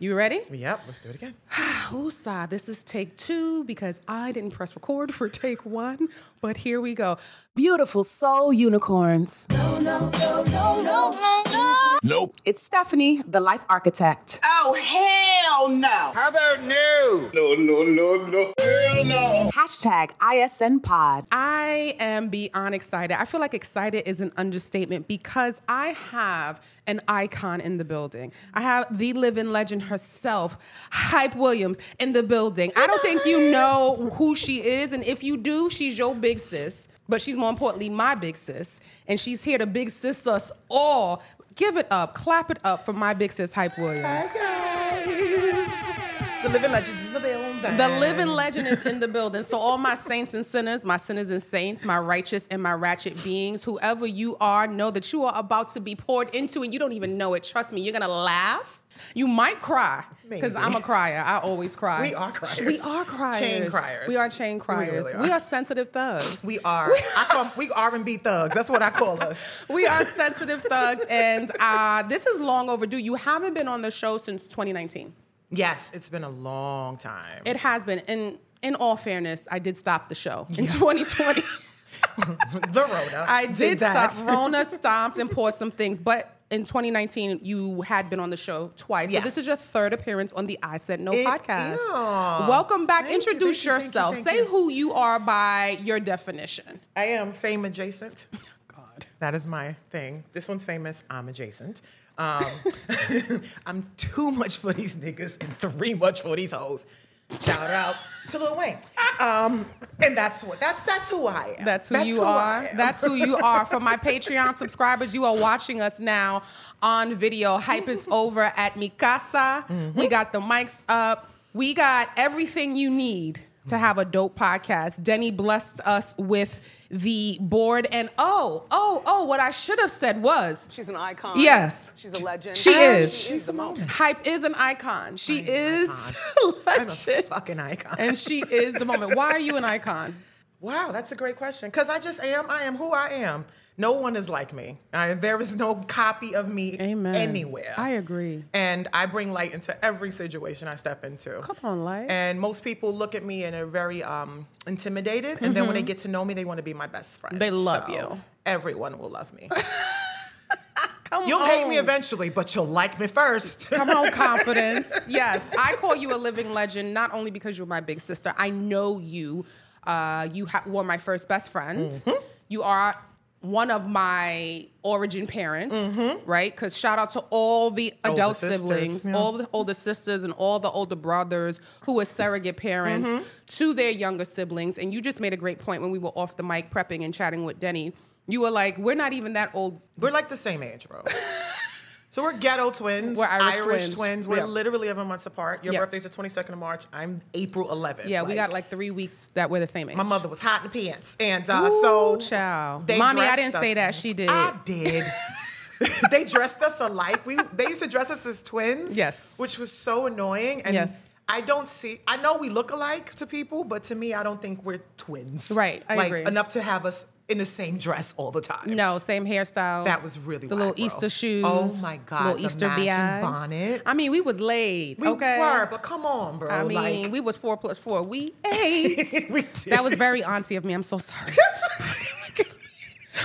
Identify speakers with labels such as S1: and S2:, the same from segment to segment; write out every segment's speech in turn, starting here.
S1: You ready?
S2: Yep, let's do it again.
S1: Woosah, Oh, this is take two because I didn't press record for take one, but here we go. Beautiful soul unicorns.
S3: Nope.
S1: It's Stephanie, the life architect.
S4: Oh, hell no.
S5: How about no?
S3: No, no, no, no. Hell no.
S1: Hashtag ISN pod. I am beyond excited. I feel like excited is an understatement because I have an icon in the building. I have the living legend herself, Hype Williams, in the building. I don't think you know who she is. And if you do, she's your big sis, but she's more importantly my big sis. And she's here to big sis us all. Give it up, clap it up for my big sis, Hype Williams.
S2: The living legends in the building.
S1: The living legend is in the building. So all my saints and sinners, my sinners and saints, my righteous and my ratchet beings, whoever you are, know that you are about to be poured into and you don't even know it. Trust me, you're gonna laugh. You might cry. Because
S2: Maybe.
S1: I'm a crier. I always cry.
S2: We are criers.
S1: We are criers.
S2: Chain criers.
S1: We are chain
S2: We really
S1: criers. We,
S2: are.
S1: are. sensitive thugs.
S2: We are. I call, we R and B thugs. That's what I call us.
S1: We are sensitive thugs. And uh, this is long overdue. You haven't been on the show since 2019.
S2: Yes, it's been a long time.
S1: It has been. And in all fairness, I did stop the show in 2020.
S2: the Rona.
S1: I did,
S2: that.
S1: stop. Rona stomped and poured some things, but in 2019 you had been on the show twice.
S2: Yeah.
S1: So this is your third appearance on the I Said No
S2: It-
S1: podcast.
S2: yeah.
S1: Welcome back.
S2: Thank you,
S1: Introduce
S2: thank you, thank you,
S1: yourself.
S2: thank
S1: Say
S2: you.
S1: who you are by your definition.
S2: I am fame adjacent.
S1: God.
S2: That is my thing. This one's famous. I'm adjacent. Um, I'm too much for these niggas and three much for these hoes. Shout out to Lil Wayne. Um, and that's what that's that's who I am.
S1: That's who you
S2: I
S1: are.
S2: am.
S1: That's who you are. For my Patreon subscribers, you are watching us now on video. Hype is over at Mikasa. We got the mics up. We got everything you need to have a dope podcast. Denny blessed us with the board. And oh, oh, oh, what I should have said was
S4: She's an icon.
S1: Yes.
S4: She's a legend.
S1: She
S4: And
S1: is.
S4: She is the moment.
S1: Hype is an icon. She
S2: I'm an
S1: is
S2: I'm a
S1: legend.
S2: fucking icon.
S1: And she is the moment. Why are you an icon?
S2: Wow, that's a great question. Because I just am. I am who I am. No one is like me. I, there is no copy of me
S1: Amen.
S2: anywhere.
S1: I agree.
S2: And I bring light into every situation I step into.
S1: Come on, light.
S2: And most people look at me and are very um, intimidated. And then when they get to know me, they want to be my best friend.
S1: Mm-hmm. They love you.
S2: Everyone will love me.
S1: Come
S2: You'll hate me
S1: on.
S2: eventually, but you'll like me first.
S1: Come on, confidence. Yes, I call you a living legend not only because you're my big sister. I know you. Uh, you ha- were my first best friend.
S2: Mm-hmm.
S1: You are one of my origin parents, right? Because shout out to all the adult
S2: Mm-hmm. sisters,
S1: siblings,
S2: yeah.
S1: all the older sisters, and all the older brothers who were surrogate parents
S2: Mm-hmm.
S1: to their younger siblings. And you just made a great point when we were off the mic prepping and chatting with Denny. You were like, "We're not even that old
S2: We're like the same age, bro. so we're ghetto twins.
S1: We're Irish twins.
S2: twins. We're
S1: Yeah.
S2: literally 11 months apart. Your
S1: Yeah.
S2: birthday's the 22nd of March. I'm April 11th.
S1: Yeah, we got like three weeks that we're the same age.
S2: My mother was hot in the pants, and uh,
S1: Ooh,
S2: so
S1: child. Mommy, I
S2: dressed
S1: didn't
S2: us-
S1: say that. She did.
S2: I did. they dressed us alike. We they used to dress us as twins.
S1: Yes.
S2: which was so annoying. And
S1: Yes.
S2: I don't see. I know we look alike to people, but to me, I don't think we're twins.
S1: Right, I
S2: like
S1: agree.
S2: enough to have us in the same dress all the time.
S1: No, same hairstyle.
S2: That was really
S1: the
S2: whack,
S1: little
S2: bro.
S1: Easter shoes.
S2: Oh my God,
S1: little
S2: the
S1: Easter
S2: matching
S1: BIs.
S2: bonnet.
S1: I mean, we was laid.
S2: we
S1: okay,
S2: were, but come on, bro.
S1: I mean,
S2: like,
S1: we was four plus four. We eight.
S2: We did.
S1: That was very auntie of me. I'm so sorry.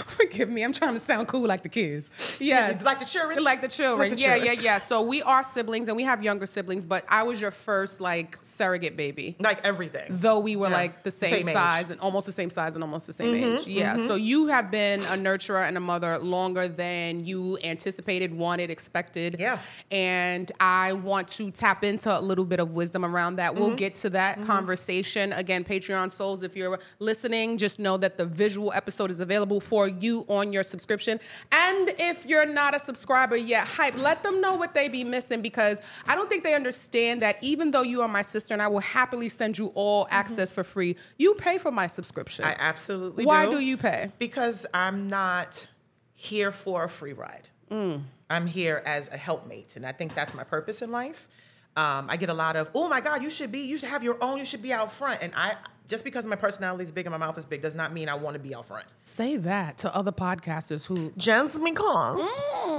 S1: Forgive me. I'm trying to sound cool like the kids. Yes.
S2: like the children?
S1: Like the children.
S2: Like the
S1: yeah,
S2: children.
S1: yeah, yeah. So we are siblings and we have younger siblings, but I was your first like surrogate baby.
S2: like everything.
S1: though we were
S2: Yeah.
S1: like the same,
S2: age. Mm-hmm,
S1: size and almost the same size and almost the same age. Yeah. So you have been a nurturer and a mother longer than you anticipated, wanted, expected.
S2: Yeah.
S1: And I want to tap into a little bit of wisdom around that. We'll get to that conversation. Again, Patreon souls, if you're listening, just know that the visual episode is available for you on your subscription. And if you're not a subscriber yet, hype, let them know what they be missing because I don't think they understand that even though you are my sister and I will happily send you all access for free, you pay for my subscription.
S2: I absolutely
S1: Why
S2: do.
S1: do you pay?
S2: Because I'm not here for a free ride.
S1: Mm.
S2: I'm here as a helpmate, and I think that's my purpose in life. Um, I get a lot of, oh my God, you should be, you should have your own, you should be out front. And I, just because my personality is big and my mouth is big, does not mean I want to be out front.
S1: Say that to other podcasters who Mm.
S2: Jasmine Kong,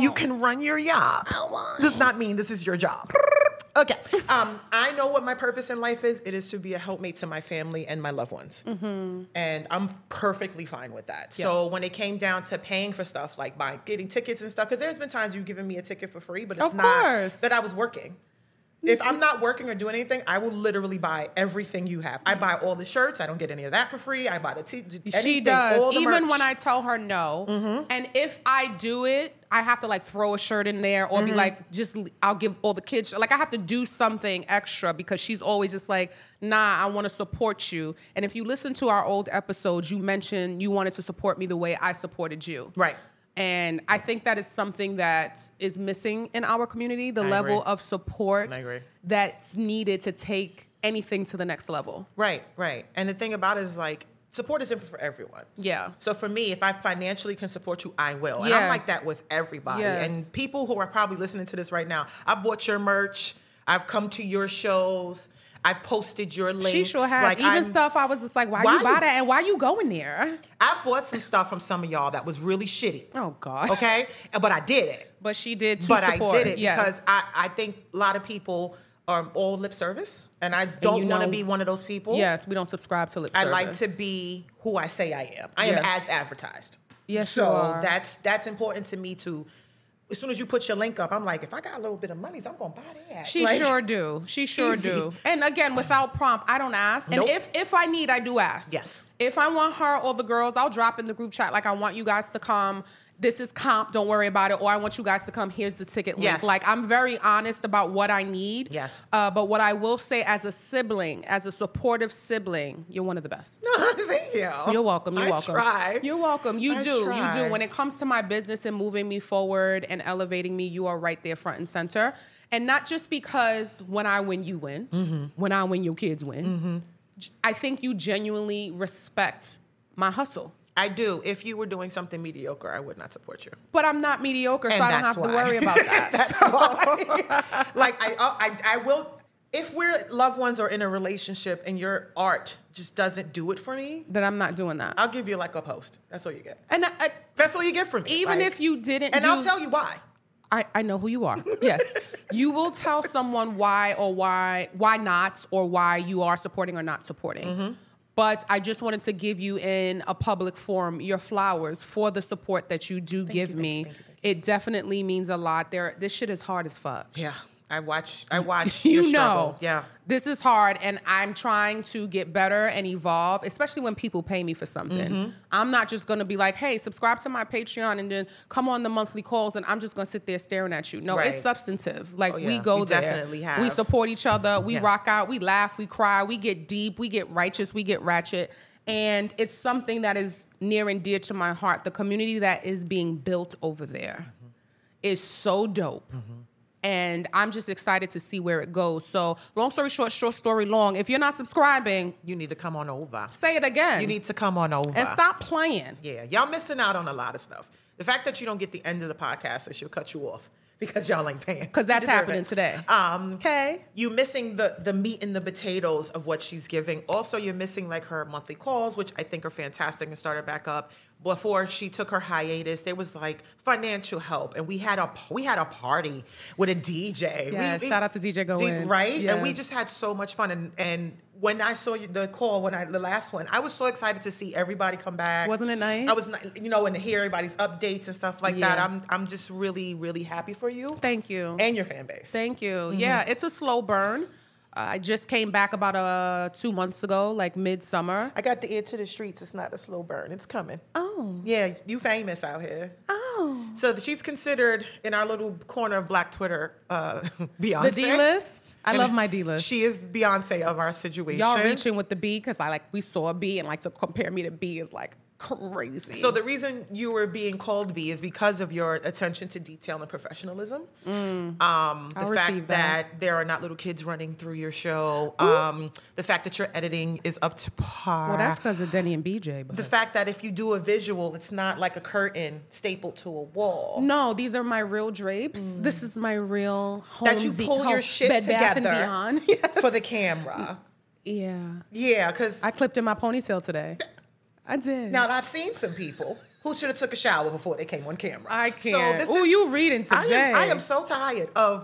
S2: you can run your yacht. Does not mean this is your job. Okay. Um, I know what my purpose in life is. It is to be a helpmate to my family and my loved ones.
S1: Mm-hmm.
S2: And I'm perfectly fine with that. So when it came down to paying for stuff like buying, getting tickets and stuff, because there's been times you've given me a ticket for free, but it's
S1: Of
S2: not
S1: course.
S2: that I was working. If I'm not working or doing anything, I will literally buy everything you have. I buy all the shirts. I don't get any of that for free. I buy the t-
S1: she
S2: anything, all
S1: does.
S2: the
S1: Even
S2: merch. Mm-hmm.
S1: when I tell her no, and if I do it, I have to like throw a shirt in there or
S2: Mm-hmm.
S1: be like, just l- I'll give all the kids like I have to do something extra because she's always just like, nah, I want to support you. And if you listen to our old episodes, you mentioned you wanted to support me the way I supported you,
S2: Right.
S1: And I think that is something that is missing in our community: the level
S2: agree.
S1: of support
S2: I agree.
S1: that's needed to take anything to the next level.
S2: Right, right. And the thing about it is like support is different for everyone.
S1: Yeah.
S2: So for me, if I financially can support you, I will. And I'm
S1: Yes.
S2: like that with everybody.
S1: Yes.
S2: And people who are probably listening to this right now, I've bought your merch, I've come to your shows, I've posted your links.
S1: She sure has.
S2: Like,
S1: Even
S2: I'm-
S1: stuff I was just like, why,
S2: Why
S1: you buy
S2: you-
S1: that and why you going there?
S2: I bought some stuff from some of y'all that was really shitty.
S1: Oh God.
S2: Okay? But I did it.
S1: But she did to
S2: but
S1: support.
S2: I did it
S1: yes.
S2: because I, I think a lot of people are all lip service, and I don't
S1: you
S2: want
S1: know-
S2: to be one of those people.
S1: yes, we don't subscribe to lip
S2: I
S1: service.
S2: like to be who I say I am. I am
S1: Yes.
S2: as advertised.
S1: Yes,
S2: So
S1: you are.
S2: that's that's important to me to as soon as you put your link up, I'm like, if I got a little bit of monies, I'm gonna buy that.
S1: She
S2: Like,
S1: sure do. She sure
S2: Easy.
S1: do. And again, without prompt, I don't ask. And
S2: Nope.
S1: if if I need, I do ask.
S2: Yes.
S1: If I want her or the girls, I'll drop in the group chat like I want you guys to come. This is comp. Don't worry about it. Or I want you guys to come. Here's the ticket link.
S2: Yes.
S1: Like I'm very honest about what I need.
S2: Yes.
S1: Uh, but what I will say as a sibling, as a supportive sibling, you're one of the best.
S2: Thank you.
S1: You're welcome. You're
S2: I
S1: welcome.
S2: Try.
S1: You're welcome. You
S2: I
S1: do. You
S2: try.
S1: do. When it comes to my business and moving me forward and elevating me, you are right there, front and center. And not just because when I win, you win.
S2: Mm-hmm.
S1: When I win, your kids win. G- I think you genuinely respect my hustle.
S2: I do. If you were doing something mediocre, I would not support you.
S1: But I'm not mediocre, so
S2: And
S1: I don't have
S2: that's
S1: to
S2: why.
S1: worry about that.
S2: That's why. like I, uh, I, I will. If we're loved ones or in a relationship and your art just doesn't do it for me,
S1: that I'm not doing that.
S2: I'll give you like a post. That's all you get.
S1: and I, I-
S2: That's all you get from me.
S1: even
S2: Like-
S1: if you didn't
S2: and
S1: do,
S2: I'll tell you why.
S1: I, I know who you are. Yes. you will tell someone why or why why not or why you are supporting or not supporting. But I just wanted to give you in a public forum your flowers for the support that you do give me. It definitely means a lot. There this shit is hard as fuck.
S2: Yeah, I watch. I watch.
S1: You
S2: your
S1: know.
S2: struggle. Yeah.
S1: This is hard and I'm trying to get better and evolve, especially when people pay me for something.
S2: Mm-hmm.
S1: I'm not just gonna be like, hey, subscribe to my Patreon and then come on the monthly calls and I'm just gonna sit there staring at you. No,
S2: Right. Oh,
S1: it's substantive. Like we
S2: yeah.
S1: go
S2: We
S1: there.
S2: definitely have.
S1: We support each other, we
S2: Yeah.
S1: rock out, we laugh, we cry, we get deep, we get righteous, we get ratchet. And it's something that is near and dear to my heart. The community that is being built over there
S2: Mm-hmm.
S1: is so dope. And I'm just excited to see where it goes. So, long story short, short story long, if you're not subscribing,
S2: You need to come on over.
S1: say it again.
S2: You need to come on over.
S1: and stop playing.
S2: Yeah, y'all missing out on a lot of stuff. The fact that you don't get the end of the podcast, is she'll cut you off because y'all ain't paying.
S1: Because that's
S2: You deserve
S1: happening
S2: it.
S1: today.
S2: Um,
S1: okay.
S2: you missing the the meat and the potatoes of what she's giving. Also, you're missing like her monthly calls, which I think are fantastic and started back up. Before she took her hiatus, there was like financial help, and we had a we had a party with a DJ.
S1: Yeah,
S2: We- we-
S1: shout out to DJ Goin.
S2: right? And we
S1: Yeah.
S2: just had so much fun. And and when I saw you- the call, when I the last one, I was so excited to see everybody come back.
S1: Wasn't it nice?
S2: I was, ni- you know, and to hear everybody's updates and stuff like that.
S1: Yeah.
S2: I'm I'm just really really happy for you.
S1: Thank you.
S2: and Mm-hmm. your fan base.
S1: Thank you. Yeah, it's a slow burn. Uh, I just came back about uh, two months ago, like midsummer.
S2: I got the ear to the streets. It's not a slow burn. It's coming. Oh. Yeah, you famous out here.
S1: Oh.
S2: So she's considered in our little corner of Black Twitter, uh, Beyonce.
S1: The D list. I love my D list.
S2: She is Beyonce of our situation.
S1: Y'all reaching with the B because I like we saw a B and like to compare me to B is like crazy.
S2: So the reason you were being called B is because of your attention to detail and professionalism. Um, the
S1: Mm. I'll receive
S2: fact
S1: that.
S2: that. there are not little kids running through your show. Um, the fact that your editing is up to par.
S1: well, that's because of Denny and BJ. But
S2: the fact that if you do a visual, it's not like a curtain stapled to a wall.
S1: no, these are my real drapes. This is my real home.
S2: Mm. That you
S1: de-
S2: pull
S1: home-
S2: your shit
S1: Bed Bath and
S2: together
S1: Beyond. Yes.
S2: for the camera.
S1: yeah,
S2: Yeah, because
S1: I clipped in my ponytail today. I did.
S2: now I've seen some people who should have took a shower before they came on camera.
S1: I
S2: So
S1: can't.
S2: this
S1: Ooh,
S2: is-
S1: you reading
S2: I am, I
S1: today.
S2: am so tired of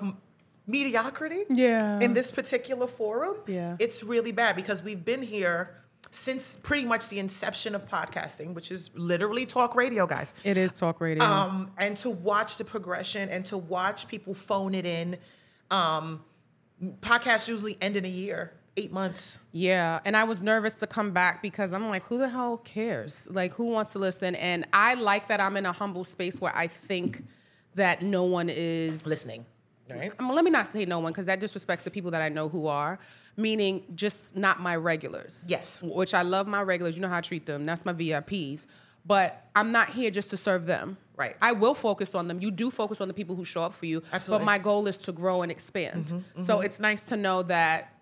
S2: mediocrity
S1: Yeah.
S2: in this particular forum,
S1: Uh-huh. Yeah.
S2: it's really bad because we've been here since pretty much the inception of podcasting, which is literally talk radio, guys.
S1: It is talk radio.
S2: Um, and to watch the progression and to watch people phone it in. Um, podcasts usually end in a year, eight months.
S1: Yeah, and I was nervous to come back because I'm like, who the hell cares? Like, who wants to listen? And I like that I'm in a humble space where I think that no one is
S2: Listening, right?
S1: I mean, let me not say no one because that disrespects the people that I know who are, meaning just not my regulars.
S2: Yes.
S1: Which I love my regulars. You know how I treat them. That's my VIPs. But I'm not here just to serve them.
S2: Right.
S1: I will focus on them. You do focus on the people who show up for you.
S2: Absolutely. Mm-hmm,
S1: But my goal is to grow and expand. So it's nice to know that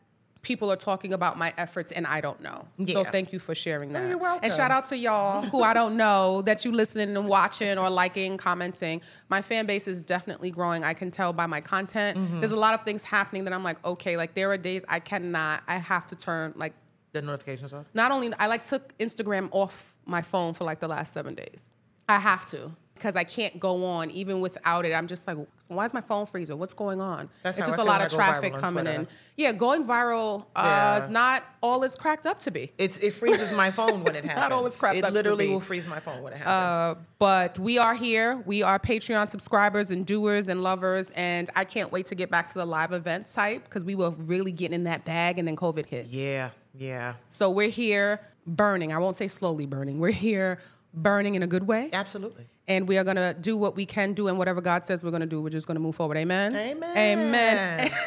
S1: people are talking about my efforts and I don't know. So
S2: Yeah.
S1: thank you for sharing that.
S2: you're welcome.
S1: And shout out to y'all who I don't know that you listening and watching or liking, commenting. My fan base is definitely growing. I can tell by my content.
S2: Mm-hmm.
S1: There's a lot of things happening that I'm like, okay, like there are days I cannot, I have to turn like
S2: The notifications off.
S1: not only I like took Instagram off my phone for like the last seven days. I have to because I can't go on even without it. I'm just like, why is my phone freezing? What's going on?
S2: That's
S1: it's
S2: how I
S1: just
S2: feel
S1: a lot
S2: when
S1: of
S2: I go viral
S1: traffic
S2: on
S1: coming
S2: Twitter.
S1: in. Yeah, going viral uh,
S2: Yeah.
S1: is not all it's cracked up to be.
S2: It's it freezes my phone when it
S1: It's
S2: happens.
S1: not all it's crapped
S2: it
S1: up to
S2: literally
S1: be.
S2: will freeze my phone when it happens.
S1: Uh, but we are here. We are Patreon subscribers and doers and lovers, and I can't wait to get back to the live event type because we were really getting in that bag, and then COVID hit.
S2: yeah, yeah,
S1: So we're here burning. I won't say slowly burning. We're here burning in a good way,
S2: absolutely.
S1: and we are gonna do what we can do, and whatever God says we're gonna do, we're just gonna move forward. Amen.
S2: Amen.
S1: Amen.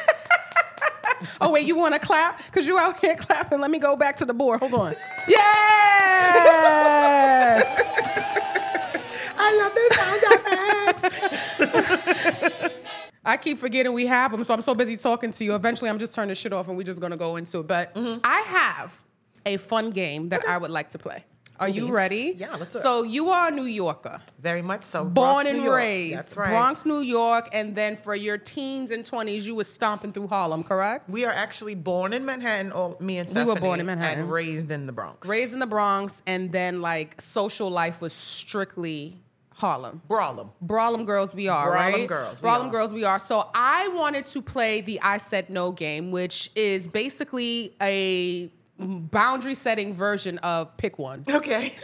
S1: Oh wait, you want to clap? Cause you out here clapping. Let me go back to the board. Hold on. Yes.
S2: I love this sound effects.
S1: I keep forgetting we have them, so I'm so busy talking to you. Eventually, I'm just turning shit off, and we're just gonna go into it. But
S2: Mm-hmm.
S1: I have a fun game that I would like to play. Are you ready?
S2: Yeah, let's do it.
S1: So you are a New Yorker,
S2: Very much so.
S1: born
S2: Bronx,
S1: and
S2: New York.
S1: raised,
S2: That's right.
S1: Bronx, New York, and then for your teens and 20s, you were stomping through Harlem, correct?
S2: We are actually born in Manhattan. All me and
S1: We were
S2: Stephanie
S1: born in Manhattan.
S2: and raised in the Bronx.
S1: raised in the Bronx, and then like social life was strictly Harlem.
S2: Brawlem.
S1: Brawlem girls we are,
S2: Brawlem
S1: right?
S2: girls we
S1: Brawlem
S2: are.
S1: girls we are. So I wanted to play the I said no game, which is basically a boundary setting version of pick one.
S2: Okay.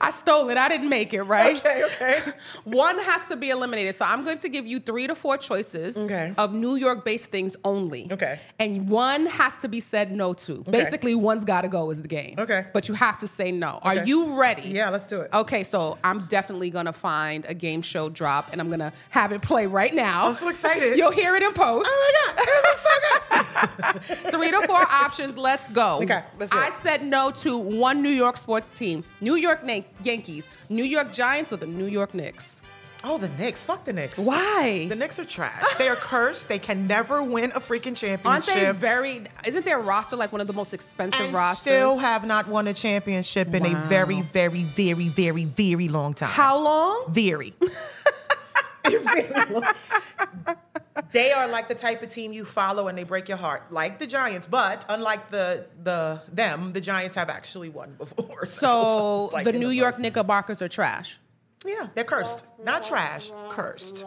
S1: I stole it. I didn't make it, right?
S2: okay. Okay.
S1: One has to be eliminated. So I'm going to give you 3 to 4 choices
S2: Okay.
S1: of New York based things only.
S2: Okay.
S1: And one has to be said no to. Basically one's got to go is the game.
S2: Okay.
S1: But you have to say no. Are
S2: Okay.
S1: you ready?
S2: Yeah, let's do it.
S1: Okay, so I'm definitely gonna find a game show drop and I'm gonna have it play right now.
S2: I'm so excited.
S1: You'll hear it in post.
S2: Oh my god, this is so good.
S1: Three to four options. Let's go.
S2: Okay, let's do
S1: I
S2: it.
S1: said no to one New York sports team: New York Yan- Yankees, New York Giants, or the New York Knicks.
S2: Oh, the Knicks. Fuck the Knicks.
S1: Why?
S2: The Knicks are trash. They are cursed. They can never win a freaking championship.
S1: Aren't they very? Isn't their roster like one of the most expensive
S2: and
S1: rosters?
S2: still have not won a championship in a very, very, very, very, very long time.
S1: How long?
S2: Very. they are like the type of team you follow and they break your heart, like the Giants. But unlike the the them, the Giants have actually won before.
S1: So
S2: it's like
S1: the
S2: in
S1: New York
S2: reverse.
S1: Knickerbockers are trash.
S2: yeah, they're cursed, not trash, cursed.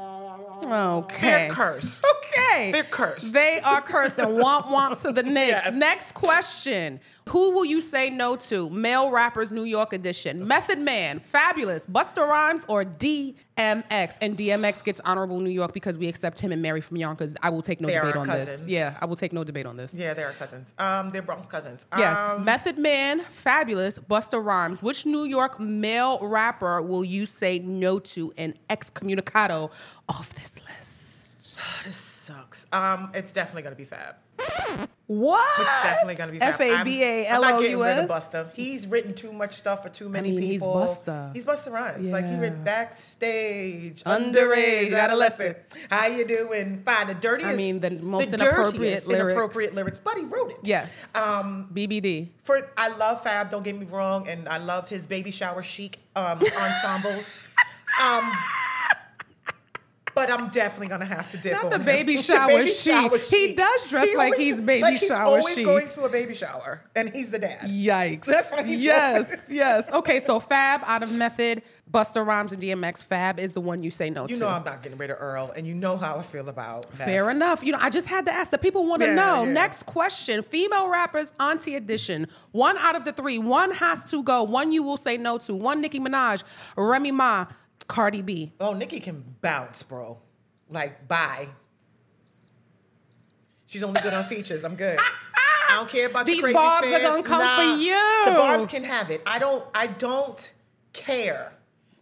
S1: Okay.
S2: They're cursed.
S1: Okay.
S2: They're cursed.
S1: They are cursed and womp womp to the Knicks.
S2: Yes.
S1: Next question. Who will you say no to? Male rappers New York edition. Method Man, Fabulous, Buster Rhymes, or DMX? And DMX gets honorable New York because we accept him and Mary from Yonkers. I will take no
S2: They are
S1: debate
S2: our
S1: on this.
S2: cousins.
S1: Yeah, I will take no debate on this.
S2: yeah, they're cousins. Um, they're Bronx cousins.
S1: Yes,
S2: Um,
S1: Method Man, Fabulous, Buster Rhymes. Which New York male rapper will you say no to and excommunicado off this list?
S2: sucks. Um, it's definitely gonna be Fab.
S1: What?
S2: It's definitely gonna be Fab.
S1: F A B A
S2: I'm-
S1: L
S2: I'm
S1: O
S2: not getting
S1: U
S2: rid of
S1: S.
S2: Busta. He's written too much stuff for too many
S1: mean, he's
S2: people.
S1: Busta.
S2: He's Busta Rhymes. Like he
S1: Yeah.
S2: went backstage,
S1: Underage,
S2: underage, adolescent. How you doing? Fine. The dirtiest.
S1: mean, the most
S2: the
S1: inappropriate
S2: dirtiest
S1: lyrics.
S2: inappropriate lyrics. But he wrote it.
S1: Yes.
S2: Um,
S1: BBD.
S2: for I love Fab. Don't get me wrong, and I love his baby shower chic um, ensembles. Um, but I'm definitely gonna have to dip
S1: Not
S2: on
S1: the
S2: him.
S1: baby shower chic. He does dress like he's baby
S2: like he's
S1: shower
S2: always
S1: chic.
S2: going to a baby shower, and he's the dad.
S1: Yikes.
S2: That's what he
S1: yes, yes. Okay, so Fab out of Method, Buster Rhymes and DMX Fab is the one you say no to.
S2: You know I'm not getting rid of Earl, and you know how I feel about Meth.
S1: Fair enough. You know, I just had to ask. The people want to
S2: Yeah,
S1: know.
S2: yeah.
S1: Next question: Female rappers, Auntie Edition. One out of the three. One has to go. One you will say no to. One Nicki Minaj, Remy Ma, Cardi B.
S2: Oh, Nikki can bounce, bro. Like, bye. She's only good on features. I'm good. I don't care about
S1: These
S2: your crazy
S1: barbs are
S2: fans.
S1: gonna come
S2: nah,
S1: for you.
S2: The barbs can have it. I don't. I don't care.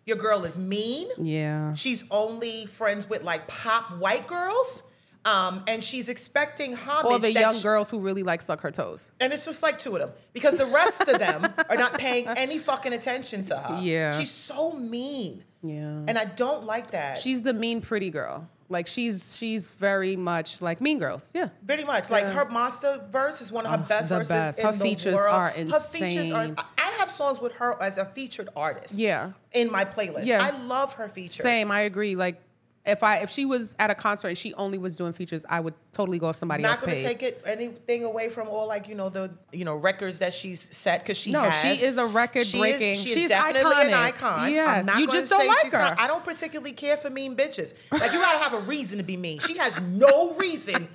S2: Your girl is mean.
S1: Yeah.
S2: She's only friends with like pop white girls, um, and she's expecting homage.
S1: Or the
S2: that
S1: young
S2: she-
S1: girls who really like suck her toes.
S2: and it's just like two of them because the rest of them are not paying any fucking attention to her.
S1: Yeah.
S2: She's so mean.
S1: Yeah.
S2: And I don't like that.
S1: She's the mean pretty girl. Like she's she's very much like Mean Girls. Yeah. Oh,
S2: pretty much like her monster verse is one of her best
S1: the
S2: verses
S1: best.
S2: in
S1: Her
S2: the
S1: features
S2: world.
S1: are
S2: Her features are.
S1: insane.
S2: I have songs with her as a featured artist.
S1: Yeah.
S2: In my playlist.
S1: Yes.
S2: I love her features.
S1: Same. I agree. Like if I if she was at a concert and she only was doing features, I would totally go if somebody
S2: Not
S1: else
S2: going
S1: paid.
S2: to take it anything away from all like you know the you know records that she's set because she
S1: No,
S2: has.
S1: she is a record
S2: She
S1: breaking-
S2: Is, she is
S1: she's
S2: definitely
S1: iconic.
S2: an icon.
S1: Yes,
S2: I'm not
S1: you
S2: gonna
S1: just don't
S2: say
S1: like
S2: she's not-
S1: her.
S2: I don't particularly care for mean bitches. Like you gotta have a reason to be mean. She has no reason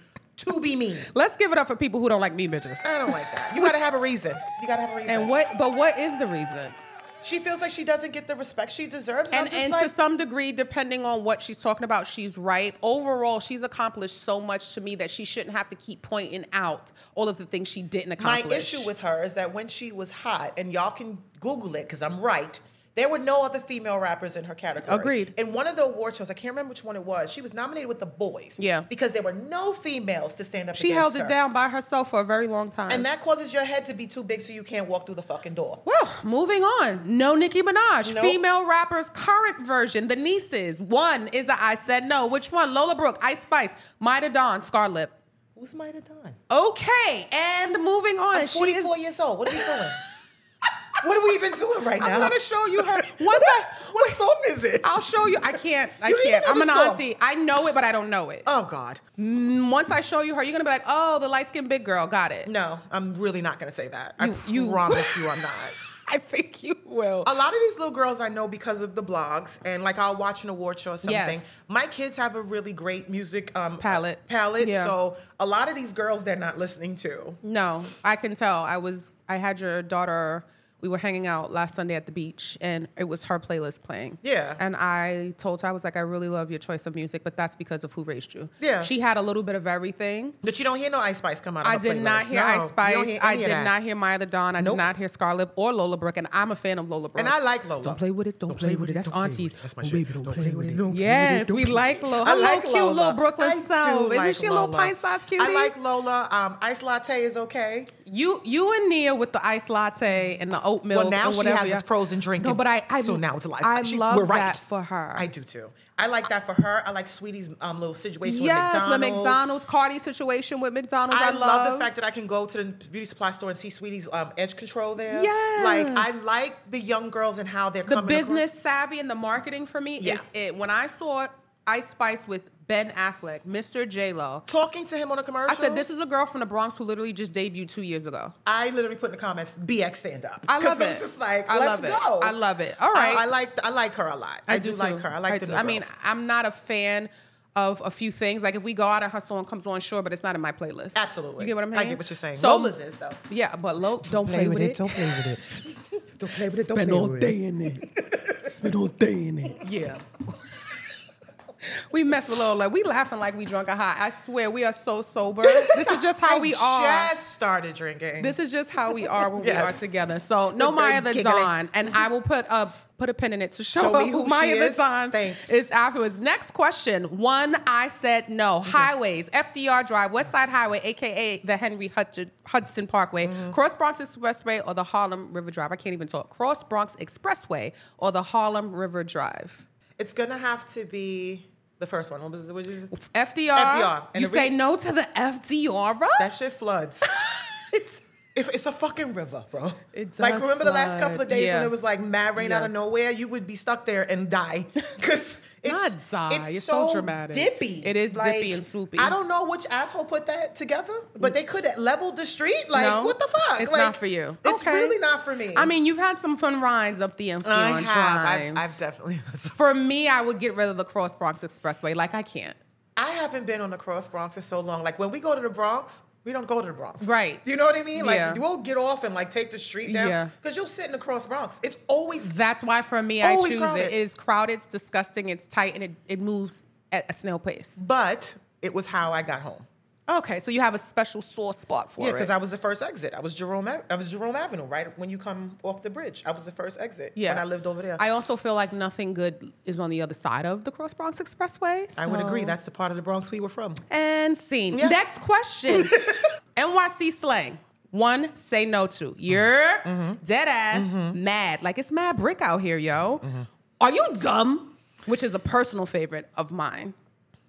S2: to be mean.
S1: Let's give it up for people who don't like me bitches.
S2: I don't like that. You gotta have a reason. You gotta have a reason.
S1: And what? But what is the reason?
S2: she feels like she doesn't get the respect she deserves. And,
S1: And
S2: I'm just
S1: and
S2: like,
S1: to some degree, depending on what she's talking about, she's right. Overall, she's accomplished so much to me that she shouldn't have to keep pointing out all of the things she didn't
S2: my
S1: accomplish.
S2: issue with her is that when she was hot, and y'all can Google it because I'm right. There were no other female rappers in her category.
S1: Agreed.
S2: In one of the award shows, I can't remember which one it was. She was nominated with the boys.
S1: Yeah.
S2: Because there were no females to stand up.
S1: she
S2: against
S1: held it
S2: her.
S1: down by herself for a very long time.
S2: and that causes your head to be too big so you can't walk through the fucking door.
S1: Well, moving on. No Nicki Minaj.
S2: Nope.
S1: Female rappers, current version, the nieces. One is a I Said No. Which one? Lola Brooke, Ice Spice, Mida Dawn, Scarlett.
S2: Who's might have done?
S1: Okay, and moving on.
S2: I'm 44
S1: she is,
S2: years old. What are we doing? what are we even doing right now?
S1: I'm gonna show you her. Once
S2: What,
S1: I,
S2: what song is it?
S1: I'll show you. I can't. I
S2: You don't even
S1: can't.
S2: know
S1: I'm
S2: the
S1: an
S2: song.
S1: auntie. I know it, but I don't know it.
S2: oh God.
S1: And once I show you her, you're gonna be like, "Oh, the light skinned big girl, got it."
S2: No, I'm really not gonna say that. I
S1: You- you-
S2: promise you, I'm not.
S1: I think you will.
S2: A lot of these little girls I know because of the blogs, and like I'll watch an award show or something.
S1: Yes.
S2: My kids have a really great music um,
S1: Palette.
S2: Palette.
S1: Yeah.
S2: So a lot of these girls they're not listening to.
S1: No, I can tell. I was I had your daughter. We were hanging out last Sunday at the beach, and it was her playlist playing.
S2: Yeah.
S1: And I told her I was like, I really love your choice of music, but that's because of who raised you.
S2: Yeah.
S1: She had a little bit of everything.
S2: But you don't hear no Ice Spice come out. Of
S1: I
S2: her
S1: did not
S2: playlist.
S1: hear
S2: No,
S1: Ice
S2: you don't
S1: Spice.
S2: hear
S1: I
S2: any of
S1: did
S2: that.
S1: not hear Maya the Dawn. I
S2: Nope.
S1: did not hear Scarlett or Lola Brooke, and I'm a fan of Lola Brooke.
S2: And I like Lola.
S1: Don't play with it. Don't, play, with it. That's aunties.
S2: That's my shit. don't, play with it. Don't play with it.
S1: Yes,
S2: Don't
S1: we
S2: play
S1: like
S2: with it.
S1: Lola.
S2: I
S1: Her
S2: like
S1: little cute
S2: Lola.
S1: little Brooklyn
S2: I do
S1: self. Isn't
S2: like
S1: she a little
S2: Lola.
S1: pint-sized cutie?
S2: I like Lola. Um, ice latte is okay.
S1: You you and Nia with the iced latte and the oat milk.
S2: Well, now
S1: and
S2: she
S1: whatever
S2: has
S1: y'all-
S2: this frozen drink.
S1: No,
S2: and-
S1: but I, I
S2: so now it's a
S1: I
S2: she-
S1: love
S2: we're right.
S1: that for her.
S2: I do too. I like that for her. I like Sweetie's um, little situation
S1: yes,
S2: with McDonald's.
S1: with McDonald's, Cardi situation with McDonald's. I,
S2: I, love, the fact that I can go to the beauty supply store and see Sweetie's um, edge control there.
S1: Yes.
S2: Like I like the young girls and how they're
S1: the
S2: coming across.
S1: business savvy and the marketing for me
S2: Yeah.
S1: is it. When I saw Ice Spice with Ben Affleck, Mr. J Lo,
S2: Talking to him on a commercial.
S1: I said this is a girl from the Bronx who literally just debuted two years ago.
S2: I literally put in the comments BX stand up.
S1: I love
S2: It's
S1: it.
S2: just like
S1: I
S2: let's
S1: love it.
S2: go.
S1: I love it. All right.
S2: I, I like I like her a lot. I, do, like
S1: too.
S2: her. I like the.
S1: do.
S2: new
S1: I mean,
S2: girls.
S1: I'm not a fan of a few things. Like if we go out and her song comes on, sure, but it's not in my playlist.
S2: absolutely.
S1: You get what I'm
S2: I
S1: saying?
S2: get what you're saying.
S1: So-
S2: Lola's is though.
S1: Yeah, but Lola, don't, play, with, it.
S2: play with it. Don't play with it.
S5: Spend all day in it. Spend all day in it.
S1: Yeah. we mess with Lola. We laughing like we drunk a high. I swear, we are so sober. This is just how we are.
S2: Just started drinking.
S1: This is just how we are when we
S2: Yes.
S1: are together. So no Maya the
S2: giggling.
S1: Dawn, and I will put a put a pin in it to show,
S2: Show me
S1: who
S2: who
S1: Maya
S2: she
S1: the
S2: is.
S1: Dawn
S2: Thanks.
S1: is afterwards. Next question: One, I said no. Highways: FDR Drive, West Side Highway, aka the Henry Hudson, Hudson Parkway,
S2: Mm-hmm.
S1: Cross Bronx Expressway, or the Harlem River Drive. I can't even talk. Cross Bronx Expressway or the Harlem River Drive.
S2: It's gonna have to be the first one. What was the? What did you say?
S1: FDR.
S2: FDR. And
S1: You
S2: the
S1: say
S2: re-
S1: no to the FDR?
S2: That shit floods.
S1: It's-
S2: If it's a fucking river, bro.
S1: It
S2: like
S1: does
S2: remember the last
S1: flood.
S2: couple of days
S1: Yeah.
S2: when it was like mad rain out of
S1: Yeah.
S2: nowhere, you would be stuck there and die because it's
S1: Not die.
S2: It's,
S1: It's so
S2: so,
S1: dramatic.
S2: dippy.
S1: It is dippy
S2: Like,
S1: and swoopy. Mm.
S2: I don't know which asshole put that together, but they could have leveled the street. Like
S1: No,
S2: what the fuck?
S1: It's
S2: Like,
S1: not for you.
S2: It's
S1: Okay.
S2: really not for me.
S1: I mean, you've had some fun rides up the Influence
S2: I have. I've,
S1: Drive.
S2: I've definitely.
S1: for me, I would get rid of the Cross Bronx Expressway. Like I can't.
S2: I haven't been on the Cross Bronx in so long. Like when we go to the Bronx, we don't go to the Bronx.
S1: Right.
S2: You know what I mean? Like
S1: Yeah.
S2: we'll get off and like take the street down.
S1: Yeah.
S2: Because you'll sit in the Cross Bronx. It's always
S1: That's why for me, I
S2: Always
S1: choose
S2: crowded.
S1: it. It is Oh, crowded. It's disgusting. It's tight, and it, it moves at a snail pace.
S2: but it was how I got home.
S1: Okay, so you have a special sore spot for
S2: Yeah,
S1: it.
S2: because I was the first exit. I was Jerome Ave- I was Jerome Avenue, right? When you come off the bridge. I was the first exit
S1: Yeah.
S2: when I lived over there.
S1: I also feel like nothing good is on the other side of the Cross Bronx Expressway.
S2: I would
S1: so-
S2: agree. That's the part of the Bronx we were from.
S1: And scene.
S2: Yeah.
S1: Next question. NYC slang. One, say no to. You're dead ass mad. Like it's mad brick out here, yo. Are you dumb? Which is a personal favorite of mine.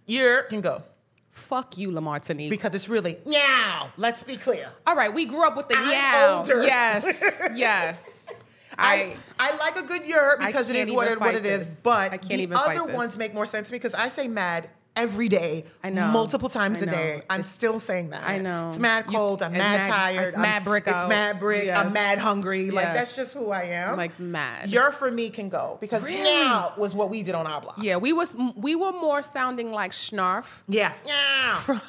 S2: Year can go.
S1: Fuck you, Lamar Tanique.
S2: Because it's really now. Let's be clear.
S1: All right, we grew up with the
S2: I'm
S1: yow.
S2: older.
S1: Yes, yes.
S2: I,
S1: I,
S2: I like a good year
S1: I
S2: because it
S1: can't
S2: is what
S1: even
S2: it, what
S1: fight
S2: it is,
S1: this.
S2: but
S1: I can't
S2: the
S1: even fight
S2: other
S1: this.
S2: ones make more sense to me because I say mad every day,
S1: I know.
S2: multiple times
S1: I
S2: a day.
S1: know.
S2: I'm still saying that.
S1: I know.
S2: It's mad
S1: You-
S2: cold. I'm
S1: it's
S2: mad,
S1: mad-
S2: tired.
S1: it's
S2: I'm-
S1: mad brick
S2: It's
S1: out.
S2: mad brick. I'm
S1: Yes.
S2: mad hungry. Like
S1: Yes.
S2: that's just who I am.
S1: Like, mad.
S2: Your for me can go because
S1: Really?
S2: now was what we did on our block.
S1: yeah, we was we were more sounding like Snarf
S2: Yeah. Meow.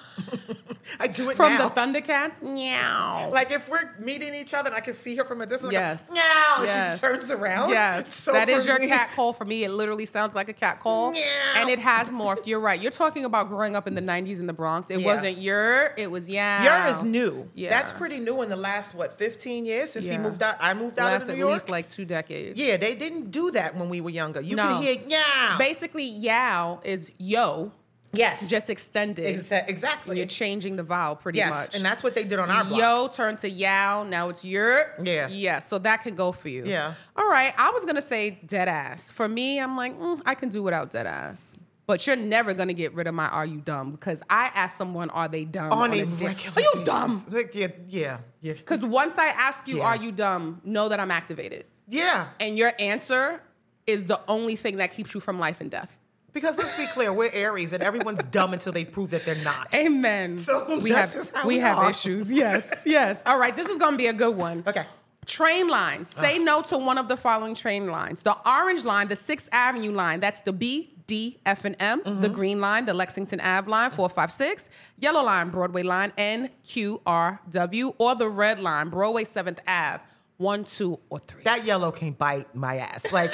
S2: I do it
S1: from
S2: now.
S1: the Thundercats. Meow.
S2: Like if we're meeting each other and I can see her from a distance,
S1: Yes.
S2: like, meow, and
S1: Yes.
S2: she turns around.
S1: Yes.
S2: So
S1: that is
S2: for
S1: your
S2: me-
S1: cat call for me. It literally sounds like a cat call.
S2: Meow.
S1: And it has morphed. You're right. You're talking about growing up in the 90s in the Bronx. It
S2: Yeah.
S1: wasn't your, it was yeah.
S2: Your is new.
S1: Yeah.
S2: That's pretty new in the last what 15 years since
S1: Yeah.
S2: we moved out. I moved out
S1: Last
S2: of New
S1: at
S2: York.
S1: least like two decades.
S2: yeah, they didn't do that when we were younger. You
S1: No.
S2: could hear yeah.
S1: Basically, yow is yo,
S2: yes.
S1: just extended.
S2: Exa- exactly.
S1: You're changing the vowel pretty
S2: yes,
S1: much.
S2: and that's what they did on our block.
S1: Yo turned to yow. Now it's your.
S2: Yeah.
S1: Yeah. So that could go for you.
S2: Yeah.
S1: All right. I was gonna say dead ass. For me, I'm like, mm, I can do without dead ass. But you're never gonna get rid of my "Are you dumb?" because I ask someone, "Are they dumb?"
S2: on, a
S1: di-
S2: regular
S1: Are you
S2: basis.
S1: dumb?
S2: Like, yeah, yeah, yeah.
S1: Because once I ask you,
S2: Yeah.
S1: "Are you dumb?" know that I'm activated,
S2: Yeah.
S1: and your answer is the only thing that keeps you from life and death.
S2: Because let's be clear, we're Aries and everyone's dumb until they prove that they're not.
S1: Amen.
S2: So
S1: we
S2: that's
S1: have
S2: just how
S1: we
S2: we
S1: have
S2: are.
S1: issues. Yes, yes. All right, this is gonna be a good one.
S2: Okay. Uh.
S1: Train lines. Say no to one of the following train lines: the Orange Line, the Sixth Avenue Line. That's the B, D, F, and M. The
S2: Mm-hmm.
S1: Green Line, the Lexington Ave Line, four five six. Yellow Line, Broadway Line, and Q R W, or the Red Line, Broadway Seventh Ave, one, two, or three.
S2: that yellow can bite my ass. Like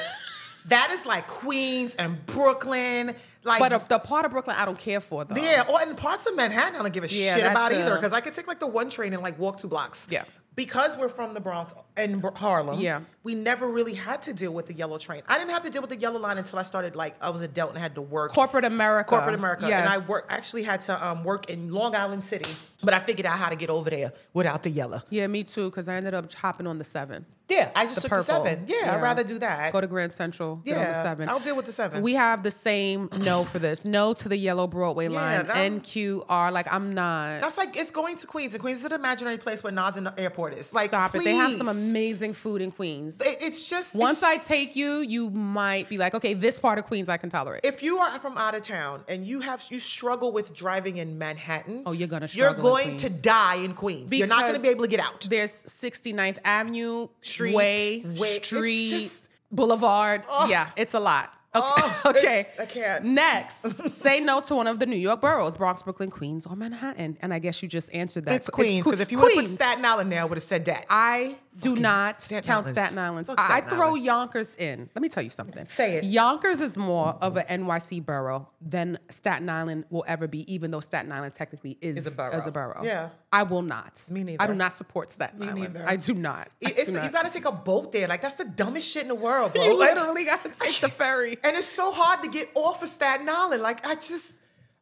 S2: that is like Queens and Brooklyn. Like
S1: but uh, the part of Brooklyn I don't care for though.
S2: Yeah, or in parts of Manhattan, I don't give a
S1: Yeah,
S2: shit
S1: that's
S2: about
S1: a-
S2: either because I could take like the one train and like walk two blocks.
S1: Yeah.
S2: Because we're from the Bronx and Bro- Harlem,
S1: Yeah.
S2: we never really had to deal with the yellow train. I didn't have to deal with the yellow line until I started like I was adult and had to work
S1: Corporate America.
S2: corporate America.
S1: uh, Yes.
S2: And I work actually had to um, work in Long Island City, but I figured out how to get over there without the yellow.
S1: Yeah, me too. Because I ended up hopping on the seven.
S2: Yeah, I
S1: the
S2: just took
S1: purple.
S2: the seven. Yeah, I'd rather do that.
S1: Go to Grand Central. Yeah,
S2: Yeah,
S1: the seven.
S2: I'll deal with the seven.
S1: We have the same no for this. No to the yellow Broadway line.
S2: that-
S1: NQR. Like I'm not.
S2: That's like it's going to Queens, and Queens is an imaginary place where Nas and the airport is. Like,
S1: stop it. They have some
S2: please.
S1: amazing food in Queens.
S2: It- it's just
S1: Once
S2: it's-
S1: I take you, you might be like, okay, this part of Queens I can tolerate.
S2: if you are from out of town and you have you struggle with driving in Manhattan,
S1: Oh, you're gonna
S2: you're
S1: struggle in
S2: going to
S1: Queens.
S2: die in Queens. you're not going to
S1: Because
S2: be able to get out.
S1: There's 69th Avenue,
S2: Street,
S1: Way,
S2: way- it's
S1: Street,
S2: just-
S1: Boulevard. Yeah, it's a lot. Okay.
S2: Oh,
S1: okay.
S2: it's- I can't.
S1: Next, say no to one of the New York boroughs: Bronx, Brooklyn, Queens, or Manhattan. And I guess you just answered that.
S2: It's Queens
S1: Que-
S2: because if you would have put
S1: Queens.
S2: Staten Island there, I would have said that.
S1: I do not
S2: Staten
S1: count
S2: Islands.
S1: Staten Island.
S2: Fuck
S1: I, I
S2: Staten
S1: throw
S2: Island.
S1: Yonkers in. Let me tell you something.
S2: Say it.
S1: Yonkers is more of a NYC borough than Staten Island will ever be, even though Staten Island technically is,
S2: Is a borough.
S1: As a borough.
S2: Yeah.
S1: I will not.
S2: Me neither.
S1: I do not support Staten Island.
S2: neither.
S1: I do not. I
S2: It's-
S1: do not.
S2: you got to take a boat there. Like that's the dumbest shit in the world, bro.
S1: You
S2: Like,
S1: literally gotta take the ferry.
S2: and it's so hard to get off of Staten Island. Like I just.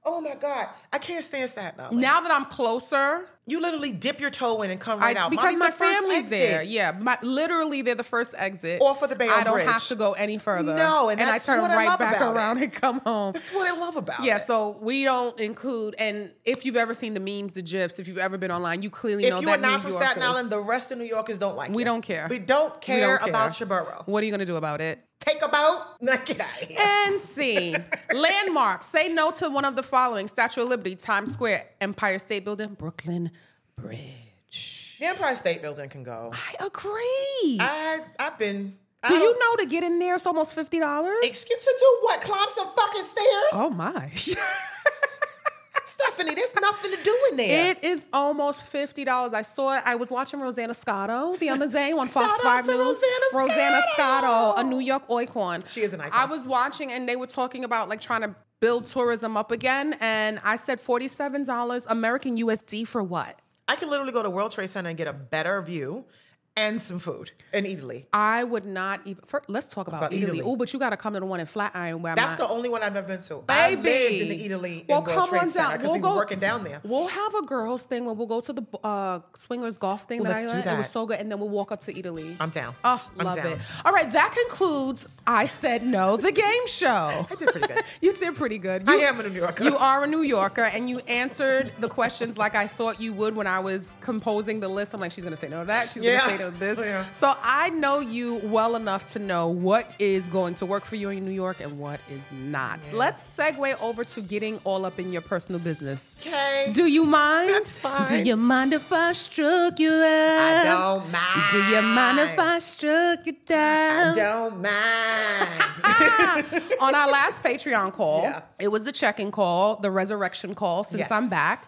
S2: Oh my God, I can't stand Staten Island.
S1: Now that I'm closer,
S2: you literally dip your toe in and come right
S1: I-
S2: out
S1: because
S2: Mommy's
S1: my
S2: the first
S1: family's
S2: exit.
S1: there. Yeah, my, literally they're the first exit.
S2: Off of the Bayonne
S1: I don't
S2: Bridge.
S1: have to go any further.
S2: No, and that's
S1: I turn
S2: what I
S1: right
S2: love
S1: back
S2: about it.
S1: around and come home.
S2: That's what I love about
S1: Yeah,
S2: it.
S1: so we don't include. And if you've ever seen the memes, the gifs, if you've ever been online, you clearly
S2: if
S1: know
S2: you
S1: that
S2: are not
S1: New
S2: from
S1: York
S2: Staten
S1: is-
S2: Island, the rest of New Yorkers don't like
S1: we
S2: it.
S1: don't care.
S2: We don't
S1: We
S2: care,
S1: don't
S2: about your borough.
S1: What are you gonna do about it?
S2: Take a boat. Now get out of here.
S1: And see, landmarks. Say no to one of the following: Statue of Liberty, Times Square, Empire State Building, Brooklyn Bridge.
S2: the Empire State Building can go.
S1: I agree.
S2: I I've been. I
S1: do you
S2: don't-
S1: know to get in there it's almost fifty dollars?
S2: Excuse to do what? Climb some fucking stairs?
S1: Oh my.
S2: Stephanie, there's nothing to do in there.
S1: It is almost fifty dollars. I saw it. I was watching Rosanna Scotto the other day on
S2: Shout
S1: Fox
S2: out
S1: Five
S2: to
S1: News.
S2: Rosanna
S1: Scotto,
S2: Scotto.
S1: a New York oikon.
S2: She is an icon.
S1: I was watching, and they were talking about like trying to build tourism up again, and I said forty-seven dollars American USD for what?
S2: I can literally go to World Trade Center and get a better view and some food and Italy.
S1: I would not even. For, let's talk about,
S2: About
S1: Italy.
S2: Italy.
S1: Oh, but you got to come to the one in Flatiron where
S2: That's
S1: my,
S2: the only one I've ever been to. I
S1: baby.
S2: lived in the Italy in
S1: Well,
S2: World
S1: come
S2: Trade
S1: on
S2: Center
S1: down. We'll
S2: because we
S1: go
S2: were working down there.
S1: We'll have a girls thing where we'll go to the uh, swingers golf thing
S2: Well,
S1: that I
S2: let's
S1: went.
S2: do
S1: It was
S2: that.
S1: so good, and then we'll walk up to Italy.
S2: I'm down.
S1: Oh,
S2: I'm
S1: love
S2: down.
S1: it. All right, that concludes. I said no. The game show.
S2: I did pretty good.
S1: you did pretty good.
S2: I
S1: You-
S2: am a New Yorker.
S1: You are a New Yorker, and you answered the questions like I thought you would when I was composing the list. I'm like, she's gonna say no to that. She's
S2: Yeah.
S1: gonna say no to this.
S2: Yeah.
S1: So I know you well enough to know what is going to work for you in New York and what is not. Let's segue over to getting all up in your personal business.
S2: Okay.
S1: Do you mind?
S2: That's fine.
S1: Do you mind if I struck you out?
S2: I don't mind.
S1: Do you mind if I struck you down?
S2: I don't mind.
S1: on our last Patreon call,
S2: Yeah.
S1: it was the check-in call, the resurrection call since
S2: Yes.
S1: I'm back.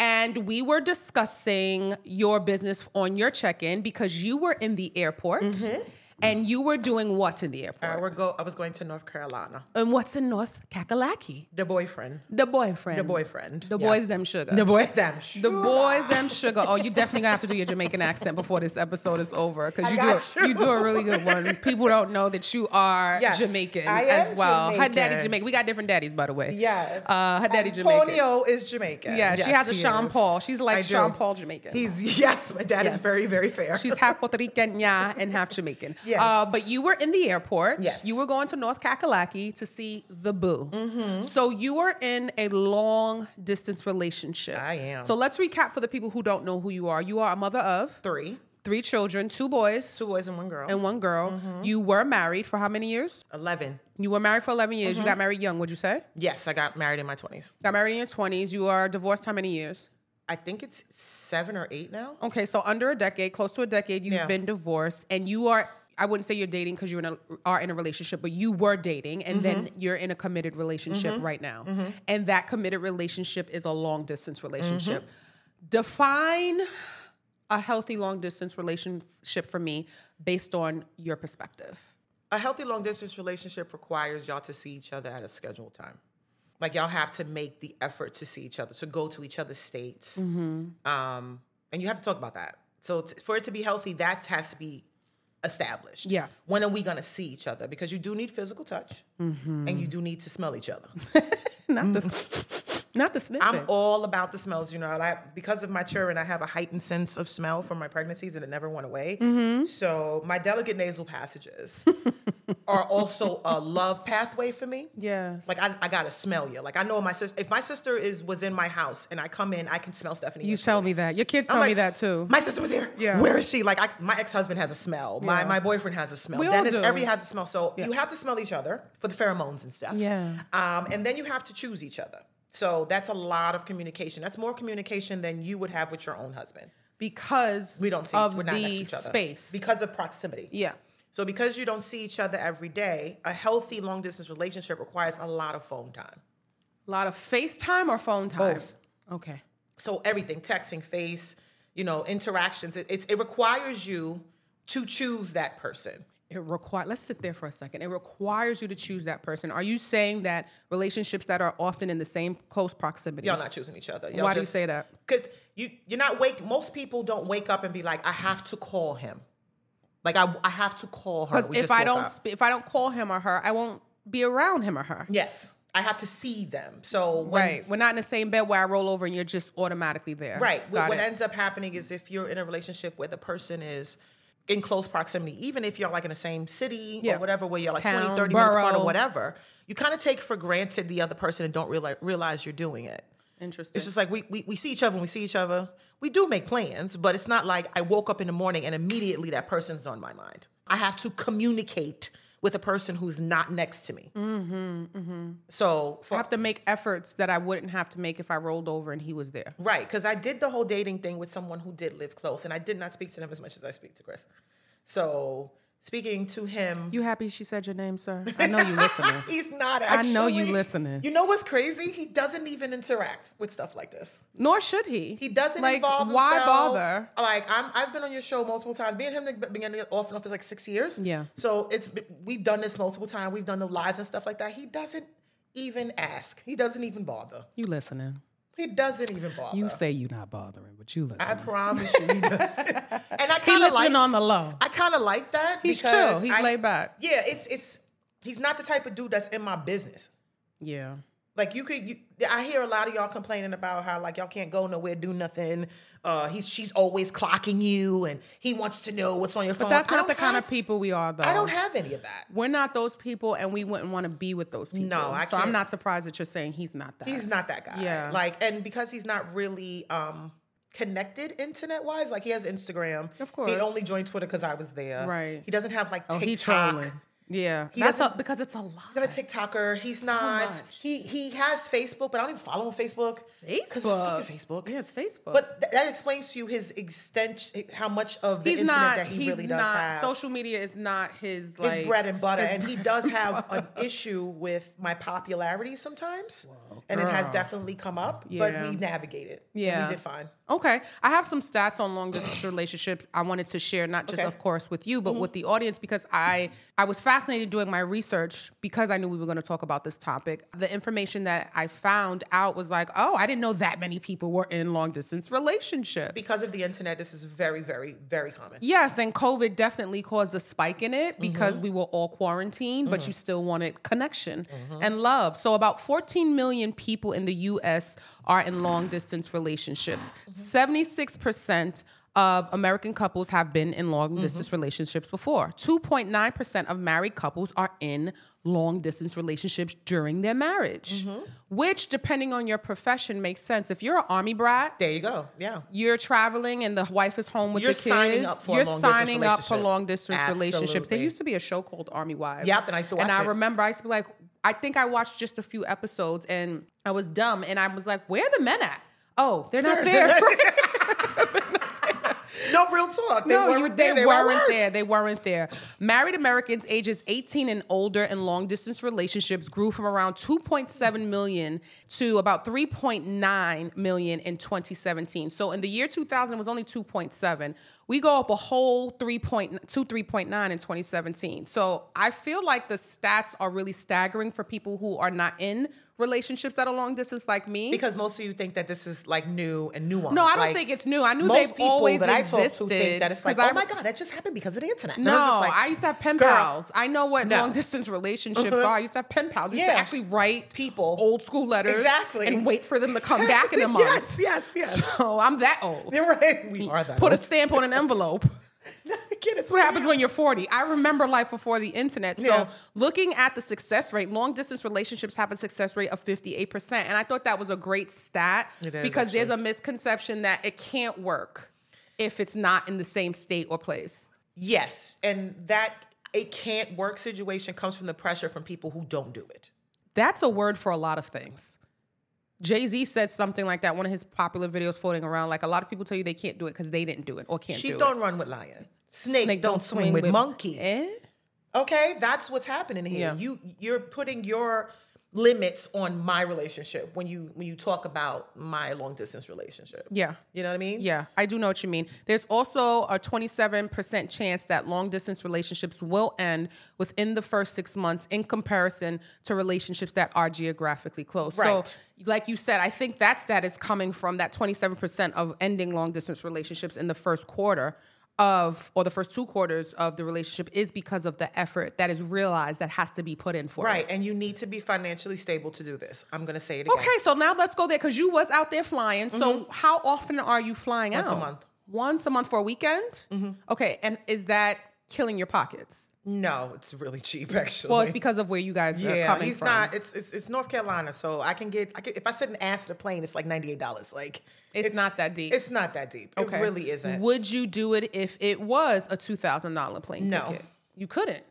S1: And we were discussing your business on your check-in because you were in the airport
S2: Mm-hmm.
S1: and you were doing what in the airport?
S2: I, were go, I was going to North Carolina.
S1: and what's in North Kakalaki?
S2: The boyfriend.
S1: The boyfriend.
S2: The boyfriend.
S1: The
S2: Yeah.
S1: boys them sugar.
S2: The boy, damn.
S1: The boys them sugar. Oh, you definitely gonna have to do your Jamaican accent before this episode is over because
S2: I
S1: you
S2: got
S1: do a, you.
S2: you.
S1: do a really good one. People don't know that you are
S2: Yes,
S1: Jamaican
S2: I am
S1: as well. Her daddy
S2: Jamaican.
S1: Jamaican. We got different daddies by the way.
S2: Yes.
S1: Uh, her daddy Jamaican.
S2: Antonio is Jamaican.
S1: Yeah, she has a
S2: he
S1: Sean
S2: is.
S1: Paul. She's like
S2: I do.
S1: Sean Paul Jamaican.
S2: He's yes, my dad
S1: Yes.
S2: is very, very fair.
S1: She's half Puerto Rican, yeah, and half Jamaican.
S2: Yes.
S1: Uh, but you were in the airport.
S2: Yes.
S1: You were going to North Kakalaki to see the boo.
S2: Mm-hmm.
S1: So you were in a long distance relationship.
S2: I am.
S1: So let's recap for the people who don't know who you are. You are a mother of
S2: three,
S1: three children, two boys
S2: two boys and one girl.
S1: and one girl.
S2: Mm-hmm.
S1: You were married for how many years?
S2: Eleven.
S1: You were married for 11 years.
S2: Mm-hmm.
S1: You got married young, would you say?
S2: Yes, I got married in my twenties.
S1: Got married in your 20s. You are divorced how many years?
S2: I think it's seven or eight now.
S1: Okay, so under a decade, close to a decade, you've
S2: Yeah.
S1: been divorced, and you are. I wouldn't say you're dating because you are in a relationship, but you were dating, and then
S2: Mm-hmm.
S1: you're in a committed relationship right now, and that committed relationship is a long distance relationship.
S2: Mm-hmm.
S1: Define a healthy long distance relationship for me based on your perspective.
S2: A healthy long distance relationship requires y'all to see each other at a scheduled time. Like y'all have to make the effort to see each other, to go to each other's states,
S1: Mm-hmm.
S2: um, and you have to talk about that. So t- for it to be healthy, that has to be established.
S1: Yeah.
S2: When are we gonna see each other? Because you do need physical touch,
S1: Mm-hmm.
S2: and you do need to smell each other.
S1: Not this, not the snippet.
S2: Mm. I'm all about the smells. You know, I, because of my children, I have a heightened sense of smell from my pregnancies, and it never went away.
S1: Mm-hmm.
S2: So my delicate nasal passages are also a love pathway for me.
S1: Yes.
S2: Like I, I gotta smell you. Like I know my sister. If my sister is was in my house and I come in, I can smell Stephanie.
S1: you
S2: and she
S1: tell
S2: was-
S1: me that. Your kids
S2: I'm
S1: tell me
S2: like,
S1: that too.
S2: My sister was here.
S1: Yeah.
S2: Where is she? Like I, my ex husband has a smell. My
S1: Yeah.
S2: my boyfriend has a smell.
S1: We all
S2: Dennis
S1: do.
S2: every has a smell. So you have to smell each other for the pheromones and stuff.
S1: Yeah.
S2: Um, and then you have to choose each other. So that's a lot of communication. That's more communication than you would have with your own husband.
S1: because
S2: We don't see
S1: of
S2: we're not
S1: the
S2: next to each other.
S1: space.
S2: Because of proximity.
S1: yeah.
S2: So because you don't see each other every day, a healthy long distance relationship requires a lot of phone time.
S1: A lot of FaceTime or phone time?
S2: Both.
S1: Okay.
S2: so everything texting face you know interactions it, it's, it requires you to choose that person
S1: It require let's sit there for a second. It requires you to choose that person. Are you saying that relationships that are often in the same close proximity?
S2: y'all not choosing each other Y'all
S1: Why do you say that?
S2: because you you're not wake most people don't wake up and be like i have to call him like i, I have to call her
S1: Because
S2: We
S1: if
S2: just
S1: I
S2: woke
S1: don't
S2: up.
S1: sp- if I don't call him or her, I won't be around him or her.
S2: yes I have to see them. So when,
S1: right. We're not in the same bed where I roll over and you're just automatically there.
S2: Right. Wh-
S1: Got
S2: what
S1: it.
S2: ends up happening is if you're in a relationship where the person is in close proximity, even if you're like in the same city
S1: Yeah.
S2: or whatever, where you're like
S1: Town,
S2: 20, 30 minutes apart
S1: borough.
S2: or whatever, you kind of take for granted the other person and don't realize, realize you're doing it.
S1: Interesting.
S2: It's just like we, we, we see each other when we see each other. We do make plans, but it's not like I woke up in the morning and immediately that person's on my mind. I have to communicate with a person who's not next to me. Mm-hmm, So for
S1: I have to make efforts that I wouldn't have to make if I rolled over and he was there.
S2: Right, because I did the whole dating thing with someone who did live close, and I did not speak to them as much as I speak to Chris. So speaking to him,
S1: You happy she said your name, sir? I know you listening.
S2: he's not.
S1: I
S2: Actually,
S1: know you listening.
S2: You know what's crazy? He doesn't even interact with stuff like this.
S1: Nor should he.
S2: He doesn't
S1: like,
S2: involve
S1: Why
S2: himself.
S1: bother?
S2: Like I'm, I've been on your show multiple times. Me and him have been getting off and off for like six years.
S1: Yeah.
S2: So it's we've done this multiple times. We've done the lives and stuff like that. He doesn't even ask. He doesn't even bother.
S1: You listening?
S2: He doesn't even bother.
S5: You say you not bothering, but you listen.
S2: I promise you, he doesn't. and I
S1: He
S2: kind of
S1: listening
S2: like
S1: on the low.
S2: I kind of like that.
S1: He's chill.
S2: because
S1: He's
S2: I-
S1: laid back.
S2: Yeah, it's it's he's not the type of dude that's in my business.
S1: yeah.
S2: Like you could, you, I hear a lot of y'all complaining about how like y'all can't go nowhere, do nothing. Uh, he's she's always clocking you, and he wants to know what's on your phone.
S1: But that's
S2: Oh, I
S1: not the
S2: don't
S1: kind of
S2: have-
S1: people we are, though.
S2: I don't have any of that.
S1: We're not those people, and we wouldn't want to be with those people.
S2: No, I
S1: so I'm
S2: can't-
S1: not surprised that you're saying he's not that.
S2: He's not that guy.
S1: Yeah.
S2: Like, and because he's not really um connected internet wise, like he has Instagram.
S1: Of course.
S2: He only joined Twitter because I was there.
S1: Right.
S2: He doesn't have like
S1: Oh,
S2: TikTok.
S1: he trolling. Yeah,
S2: He
S1: that's a,
S2: doesn't-
S1: because it's a lot.
S2: He's not a TikToker. He's not.
S1: much.
S2: He he has Facebook, but I don't even follow him on Facebook. 'Cause it's
S1: Facebook.
S2: fucking Facebook.
S1: Yeah, it's Facebook.
S2: But th- that explains to you his extent, how much of the
S1: he's
S2: internet
S1: not.
S2: that he
S1: he's
S2: really does
S1: not.
S2: have.
S1: Social media is not his
S2: his
S1: like
S2: bread and butter, and he does have an issue with my popularity sometimes, and it has definitely come up.
S1: Yeah.
S2: But we navigate it. And
S1: Yeah.
S2: we did fine.
S1: Okay. I have some stats on long distance relationships I wanted to share, not just
S2: Okay.
S1: of course with you, but with the audience because I I was fascinated doing my research because I knew we were going to talk about this topic. The information that I found out was like, oh, I didn't know that many people were in long distance relationships.
S2: Because of the internet, this is very, very, very common.
S1: Yes, and COVID definitely caused a spike in it because we were all quarantined, but you still wanted connection and love. So, about 14 million people in the US are in long distance relationships. 76% of American couples have been in long distance relationships before. 2.9% of married couples are in long distance relationships during their marriage, which, depending on your profession, makes sense. If you're an army brat,
S2: There you go. Yeah.
S1: you're traveling and the wife is home with
S2: You're
S1: the kids.
S2: signing up for a
S1: you're
S2: long-distance
S1: signing up for
S2: relationship.
S1: long distance relationships. There
S2: Absolutely.
S1: used to be a show called Army Wives.
S2: Yep, and I used to
S1: And
S2: watch
S1: I
S2: it.
S1: remember I used to be like, I think I watched just a few episodes and I was dumb and I was like, where are the men at? Oh, they're not there.
S2: No real talk. They
S1: no,
S2: weren't
S1: you,
S2: there.
S1: they
S2: They were at
S1: weren't
S2: work.
S1: there. They weren't there. Married Americans ages 18 and older in long distance relationships grew from around 2.7 million to about 3.9 million in 2017. So in the year 2000, it was only 2.7. We go up a whole 3. point- to 3.9 in 2017. So I feel like the stats are really staggering for people who are not in relationships that are long distance like me.
S2: Because most of you think that this is like new and nuanced.
S1: No, I don't
S2: Like,
S1: think it's new. I knew
S2: most
S1: they've
S2: people
S1: always
S2: that I
S1: existed.
S2: talk to think that it's like,
S1: 'cause I-
S2: oh my god, that just happened because of the internet. And
S1: No,
S2: it's just like,
S1: I used to have pen
S2: girl,
S1: pals. I know what
S2: no. Uh-huh.
S1: long distance relationships are. I used to have pen pals. We used to
S2: Yeah.
S1: actually write
S2: People.
S1: old school letters
S2: Exactly.
S1: and wait for them to come back in a month.
S2: yes, yes, yes.
S1: So I'm that old.
S2: You're right. We are that.
S1: Put a
S2: old.
S1: stamp on an envelope.
S2: Kid, it's
S1: That's what happens when you're 40. I remember life before the internet. So
S2: Yeah.
S1: looking at the success rate, long distance relationships have a success rate of 58%. And I thought that was a great stat
S2: It is,
S1: because there's a
S2: actually.
S1: misconception that it can't work if it's not in the same state or place.
S2: Yes, and that it can't work situation comes from the pressure from people who don't do it.
S1: that's a word for a lot of things. Jay Z said something like that. One of his popular videos floating around. Like a lot of people tell you they can't do it because they didn't do it or can't
S2: Sheep
S1: do
S2: don't
S1: it.
S2: run with lion. Snake, don't, swing, with, monkey.
S1: Eh?
S2: Okay, that's what's happening here.
S1: Yeah.
S2: You you're putting your limits on my relationship when you when you talk about my long distance relationship.
S1: Yeah.
S2: You know what I mean?
S1: Yeah, I do know what you mean. There's also a 27% chance that long distance relationships will end within the first six months in comparison to relationships that are geographically close. So,
S2: Right.
S1: like you said, I think that stat is coming from that 27% of ending long distance relationships in the first quarter of or the first two quarters of the relationship is because of the effort that is realized that has to be put in for
S2: Right,
S1: it.
S2: and you need to be financially stable to do this. I'm gonna say it again.
S1: Okay, so now let's go there because you was out there flying. So how often are you flying
S2: Mm-hmm. Once a
S1: out?
S2: month. Mm-hmm.
S1: Once a month for a weekend? Okay, and is that killing your pockets?
S2: No, it's really cheap actually.
S1: Well, it's because of where you guys are
S2: yeah,
S1: coming
S2: he's
S1: from.
S2: not. It's, it's it's North Carolina, so I can get. I can, if I sit an ass in a plane, it's like ninety eight dollars. Like
S1: It's not that deep.
S2: It's not that deep. It really isn't.
S1: Would you do it if it was a two thousand dollar plane
S2: No.
S1: ticket? You couldn't.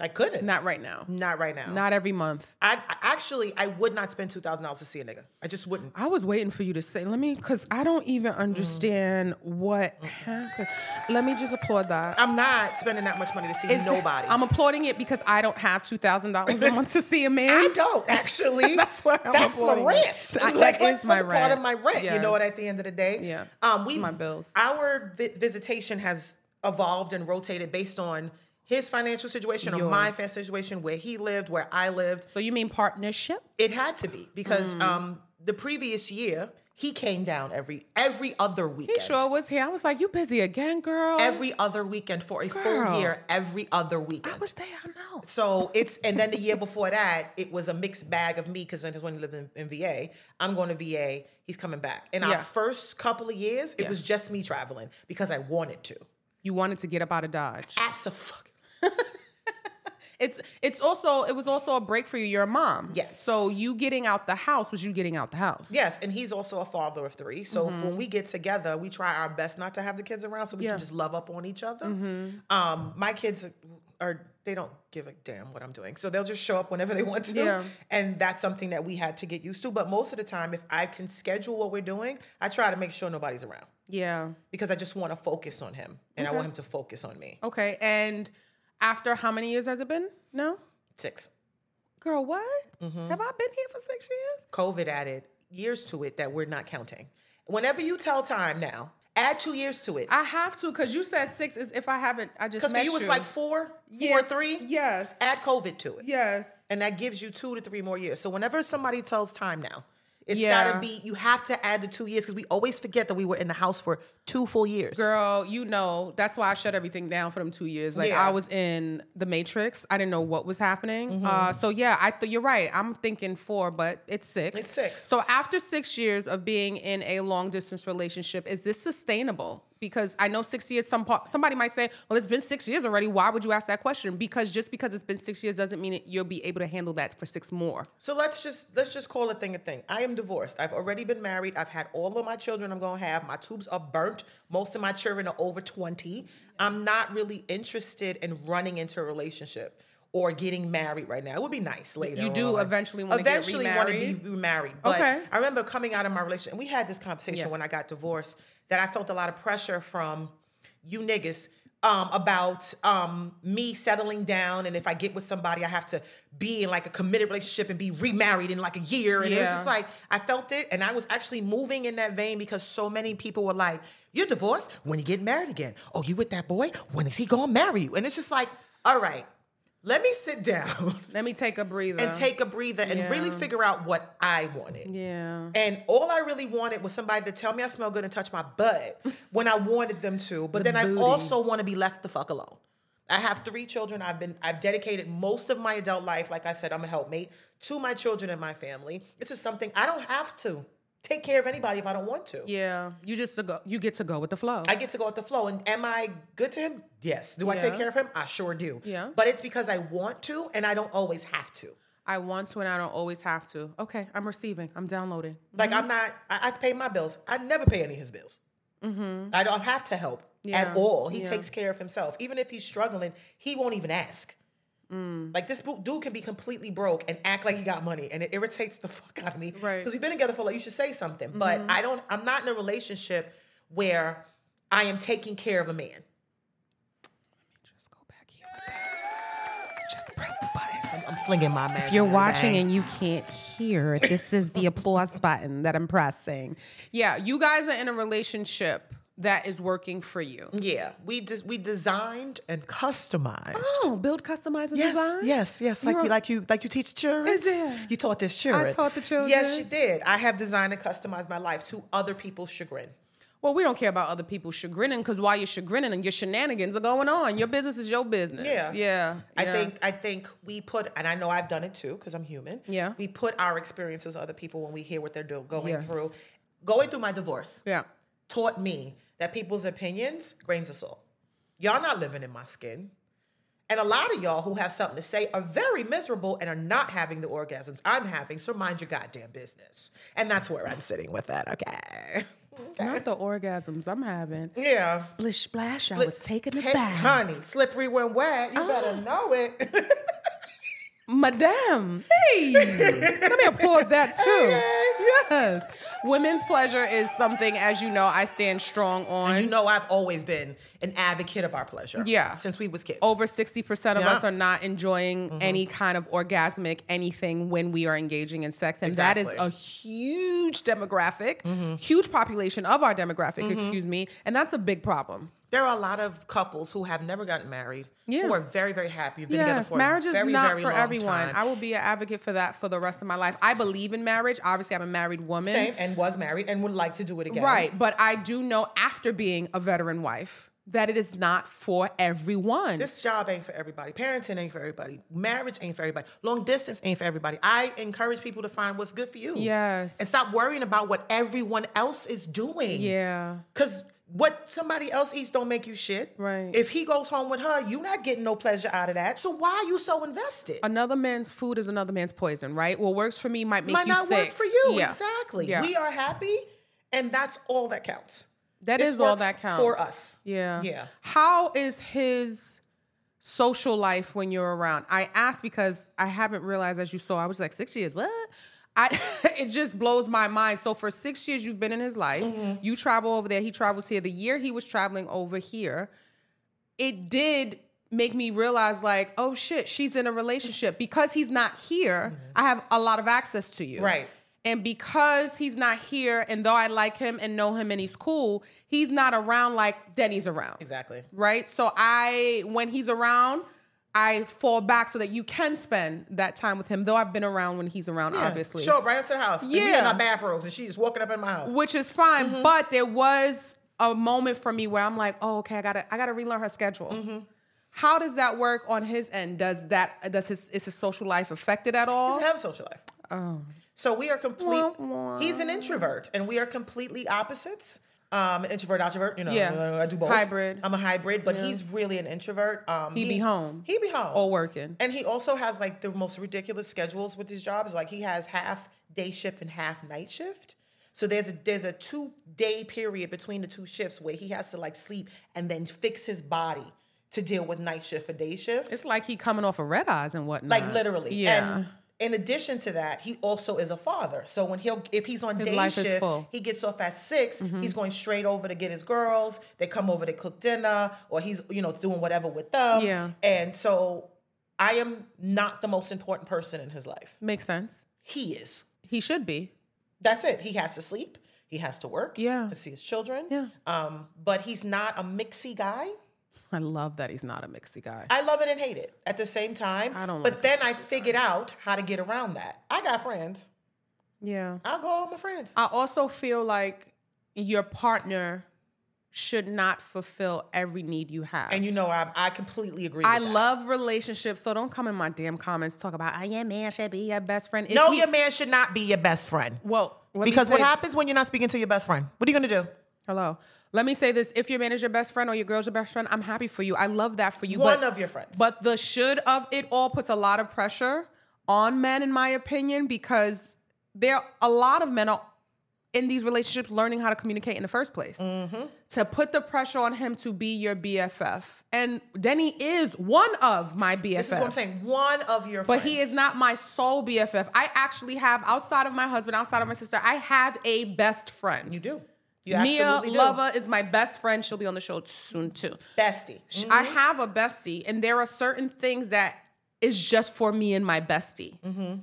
S2: I couldn't.
S1: Not right now.
S2: Not right now.
S1: Not every month.
S2: I I- actually I would not spend two thousand dollars to see a nigga. I just wouldn't.
S1: I was waiting for you to say. Let me, because I don't
S2: Mm.
S1: even understand what happened. Let me just applaud that.
S2: I'm not spending that much money to see
S1: Is-
S2: nobody.
S1: I'm applauding it because I don't have two thousand dollars a month to see a man.
S2: I don't actually.
S1: That's why I'm
S2: That's my
S1: avoiding
S2: rent.
S1: it. I- that
S2: that's
S1: is my
S2: a Part
S1: rent.
S2: of my rent. You know what?
S1: Yes.
S2: At the end of the day,
S1: Yeah.
S2: Um,
S1: It's
S2: we
S1: my bills.
S2: Our vi- visitation has evolved and rotated based on his financial situation, or my
S1: Yours.
S2: financial situation, where he lived, where I lived.
S1: So you mean partnership?
S2: It had to be because
S1: Mm.
S2: um, the previous year he came down every every other
S1: He
S2: weekend.
S1: sure was here. I was like, you busy again, girl?
S2: Every other weekend for a
S1: Girl.
S2: full year. Every other weekend.
S1: I was there. I know.
S2: So it's and then the year before that, it was a mixed bag of me because that's when he lived in, in VA. I'm going to VA. He's coming back. In our
S1: Yeah.
S2: first couple of years, it
S1: Yeah.
S2: was just me traveling because I wanted to.
S1: You wanted to get up out of Dodge.
S2: Absolutely.
S1: It's it's also it was also a break for you. You're a mom.
S2: Yes.
S1: So you getting out the house was you getting out the house.
S2: Yes, and he's also a father of three. So when we get together, we try our best not to have the kids around so
S1: Mm-hmm.
S2: we
S1: Yeah. Mm-hmm.
S2: can just love up on each other. Um, my kids are- are they don't give a damn what I'm doing, so they'll just show up whenever they want to,
S1: Yeah.
S2: and that's something that we had to get used to. But most of the time, if I can schedule what we're doing, I try to make sure nobody's around
S1: Yeah.
S2: because I just want to focus on him and I want him to focus on me.
S1: Okay. And after how many years has it been? No.
S2: Six.
S1: Girl, what? Have I been here for six years?
S2: COVID added years to it that we're not counting. Whenever you tell time now, add two years to it.
S1: I have to because you said six is if I haven't. I just
S2: Because for
S1: met
S2: you, it's like four,
S1: Yeah,
S2: four, three.
S1: yes.
S2: Add COVID to it.
S1: yes.
S2: And that gives you two to three more years. So whenever somebody tells time now, it's
S1: Yeah.
S2: gotta be, you have to add the two years because we always forget that we were in the house for two full years.
S1: Girl, you know, that's why I shut everything down for them two years. Like
S2: Yeah. Mm-hmm.
S1: I was in the Matrix. I didn't know what was happening. Uh, so yeah, I th- you're right. I'm thinking four, but it's six.
S2: It's six.
S1: So after six years of being in a long distance relationship, is this sustainable? Because I know six years, some pa- somebody might say, "Well, it's been six years already. Why would you ask that question?" Because just because it's been six years doesn't mean it, you'll be able to handle that for six more.
S2: So let's just let's just call a thing a thing. I am divorced. I've already been married. I've had all of my children I'm gonna have. My tubes are burnt. Most of my children are over 20. I'm not really interested in running into a relationship or getting married right now. It would be nice later.
S1: You do
S2: on.
S1: eventually wanna get
S2: eventually wanna
S1: remarried?
S2: be remarried. But
S1: Okay.
S2: I remember coming out of my relationship, and we had this conversation
S1: Yes.
S2: when I got divorced, that I felt a lot of pressure from you niggas um, about um, me settling down. And if I get with somebody, I have to be in like a committed relationship and be remarried in like a year. And it was
S1: Yeah.
S2: just like, I felt it. And I was actually moving in that vein because so many people were like, You're divorced when you get married again. Oh, you with that boy? When is he gonna marry you? And it's just like, All right, let me sit down
S1: Let me take a breather
S2: and take a breather and really
S1: Yeah.
S2: figure out what I wanted.
S1: Yeah.
S2: And all I really wanted was somebody to tell me I smell good and touch my butt when I wanted them to. But then I also want to be left the fuck alone. I have three children. I've been I've dedicated most of my adult life, like I said, I'm a helpmate to my children and my family. This is something I don't have to take care of anybody if I don't want to.
S1: Yeah, you just to go. You get to go with the flow.
S2: I get to go with the flow. And am I good to him? Yes. Do I take
S1: Yeah.
S2: care of him? I sure do.
S1: Yeah.
S2: But it's because I want to and I don't always have to.
S1: I want to and I don't always have to. Okay, I'm receiving. I'm downloading.
S2: Like I'm not. I, I pay my bills. I never pay any of his bills. I don't have to help
S1: Mm-hmm. Yeah,
S2: at all. He
S1: yeah.
S2: takes care of himself. Even if he's struggling, he won't even ask.
S1: Mm.
S2: Like this bo- dude can be completely broke and act like he got money, and it irritates the fuck out of me.
S1: Right. Mm-hmm.
S2: Because we've been together for like you should say something, but I don't. I'm not in a relationship where I am taking care of a man.
S1: Just go back here. With that. Just press the button.
S2: I'm flinging my man.
S1: If you're watching and you can't hear, this is the applause button that I'm pressing. Yeah, you guys are in a relationship that is working for you.
S2: yeah, we just we designed and customized.
S1: Oh, build, customize, and
S2: Yes,
S1: design.
S2: yes, yes. Like
S1: You're-
S2: you, like you, like you teach children.
S1: Is it?
S2: You taught this children.
S1: taught the
S2: Yes,
S1: children.
S2: you did. I have designed and customized my life to other people's chagrin.
S1: Well, we don't care about other people chagrining because while you're chagrining and your shenanigans are going on, your business is your business.
S2: Yeah.
S1: Yeah.
S2: I
S1: yeah.
S2: think I think we put, and I know I've done it too because I'm human.
S1: Yeah.
S2: we put our experiences of other people when we hear what they're do- going
S1: Yes.
S2: through. Going through my divorce
S1: Yeah.
S2: taught me that people's opinions grains of salt. Y'all not living in my skin, and a lot of y'all who have something to say are very miserable and are not having the orgasms I'm having. So mind your goddamn business, and that's where I'm sitting with that. Okay.
S1: Not the orgasms I'm having.
S2: Yeah.
S1: Splish splash, I was taken
S2: Take-
S1: aback.
S2: honey. Slippery when wet. You
S1: Oh.
S2: better know it.
S1: Madame, hey, let me applaud that too. Yes, women's pleasure is something, as you know, I stand strong on.
S2: You know, I've always been an advocate of our pleasure.
S1: Yeah.
S2: since we was kids.
S1: Over sixty percent of
S2: Yeah. Mm-hmm.
S1: us are not enjoying any kind of orgasmic anything when we are engaging in sex, and that is
S2: Exactly. Mm-hmm.
S1: a huge demographic, huge population of our demographic. Excuse me, and that's a big problem.
S2: there are a lot of couples who have never gotten married.
S1: Yeah.
S2: who are very very happy. You've been together
S1: Yes,
S2: for
S1: marriage
S2: a
S1: is
S2: very,
S1: not
S2: very
S1: for
S2: long
S1: everyone.
S2: time.
S1: I will be an advocate for that for the rest of my life. I believe in marriage. Obviously, I'm a married woman.
S2: Same and was married and would like to do it again.
S1: Right, but I do know after being a veteran wife that it is not for everyone.
S2: This job ain't for everybody. Parenting ain't for everybody. Marriage ain't for everybody. Long distance ain't for everybody. I encourage people to find what's good for you.
S1: Yes.
S2: And stop worrying about what everyone else is doing.
S1: yeah.
S2: Cause what somebody else eats don't make you shit.
S1: Right.
S2: If he goes home with her, you not getting no pleasure out of that. So why are you so invested?
S1: Another man's food is another man's poison, right? What works for me might make
S2: Might
S1: you
S2: not
S1: sick.
S2: work for you.
S1: Yeah.
S2: Exactly.
S1: Yeah.
S2: We are happy, and that's all that counts.
S1: That
S2: This
S1: is all
S2: works
S1: that counts
S2: for us.
S1: Yeah.
S2: Yeah.
S1: How is his social life when you're around? I asked because I haven't realized, as you saw, I was like six years. What? I it just blows my mind. So for six years, you've been in his life.
S2: Mm-hmm.
S1: You travel over there. He travels here. The year he was traveling over here, it did make me realize like oh shit she's in a relationship because he's not here i have a lot of access to you
S2: Mm-hmm. Right.
S1: and because he's not here and though i like him and know him and he's cool he's not around like denny's around
S2: Exactly.
S1: right so i when he's around i fall back so that you can spend that time with him though i've been around when he's around obviously
S2: Show up right up to the house. Yeah. we in
S1: Yeah.
S2: our bathrobes, and she's walking up in my house.
S1: which is fine.
S2: Mm-hmm.
S1: But there was a moment for me where I'm like, oh, okay, I gotta, I gotta relearn her schedule.
S2: Mm-hmm.
S1: How does that work on his end? Does that, does his, is his social life affected at all?
S2: doesn't have a social life.
S1: Oh.
S2: So we are complete. He's an introvert, and we are completely opposites. Um, introvert, introvert. You know,
S1: Yeah.
S2: I do both.
S1: Hybrid.
S2: I'm a hybrid, but he's really an introvert. Um,
S1: He be home.
S2: He be home.
S1: Or working.
S2: And he also has like the most ridiculous schedules with his jobs. Like he has half day shift and half night shift. So there's a there's a two day period between the two shifts where he has to like sleep and then fix his body to deal with night shift and day shift.
S1: It's like he coming off of red eyes and whatnot.
S2: Like literally.
S1: Yeah.
S2: And in addition to that, he also is a father. So when he'll if he's on
S1: His
S2: day
S1: life is
S2: shift,
S1: full. Mm-hmm.
S2: he gets off at 6 He's going straight over to get his girls. They come over to cook dinner, or he's you know doing whatever with them.
S1: Yeah.
S2: And so I am not the most important person in his life.
S1: Makes sense.
S2: He is.
S1: He should be.
S2: That's it. He has to sleep. He has to work.
S1: Yeah.
S2: To see his children.
S1: Yeah.
S2: Um, but he's not a mixy guy.
S1: I love that he's not a mixy guy.
S2: I love it and hate it at the same time.
S1: I don't
S2: But
S1: like
S2: then I figured out how to get around that. I got friends.
S1: yeah.
S2: I'll go out with my friends.
S1: I also feel like your partner should not fulfill every need you have.
S2: and you know, I, I completely agree.
S1: I
S2: with that.
S1: love relationships, so don't come in my damn comments talk about oh, your man should be your best friend. If
S2: No,
S1: he-
S2: your man should not be your best friend.
S1: Well, let me
S2: because what
S1: say-
S2: happens when you're not speaking to your best friend? What are you gonna do?
S1: Hello. Let me say this: If your man is your best friend or your girl's your best friend, I'm happy for you. I love that for you.
S2: One
S1: but,
S2: of your friends.
S1: But the should of it all puts a lot of pressure on men, in my opinion, because there a lot of men are in these relationships learning how to communicate in the first place.
S2: Mm-hmm.
S1: To put the pressure on him to be your BFF, and Denny is one of my BFFs.
S2: This is what I'm saying. One of your
S1: But
S2: friends.
S1: he is not my sole BFF. I actually have, outside of my husband, outside of my sister, I have a best friend.
S2: You do. You
S1: Mia
S2: absolutely do.
S1: Lova is my best friend. She'll be on the show soon too.
S2: Bestie. Mm,
S1: I have a bestie, and there are certain things that is just for me and my bestie.
S2: Mm-hmm.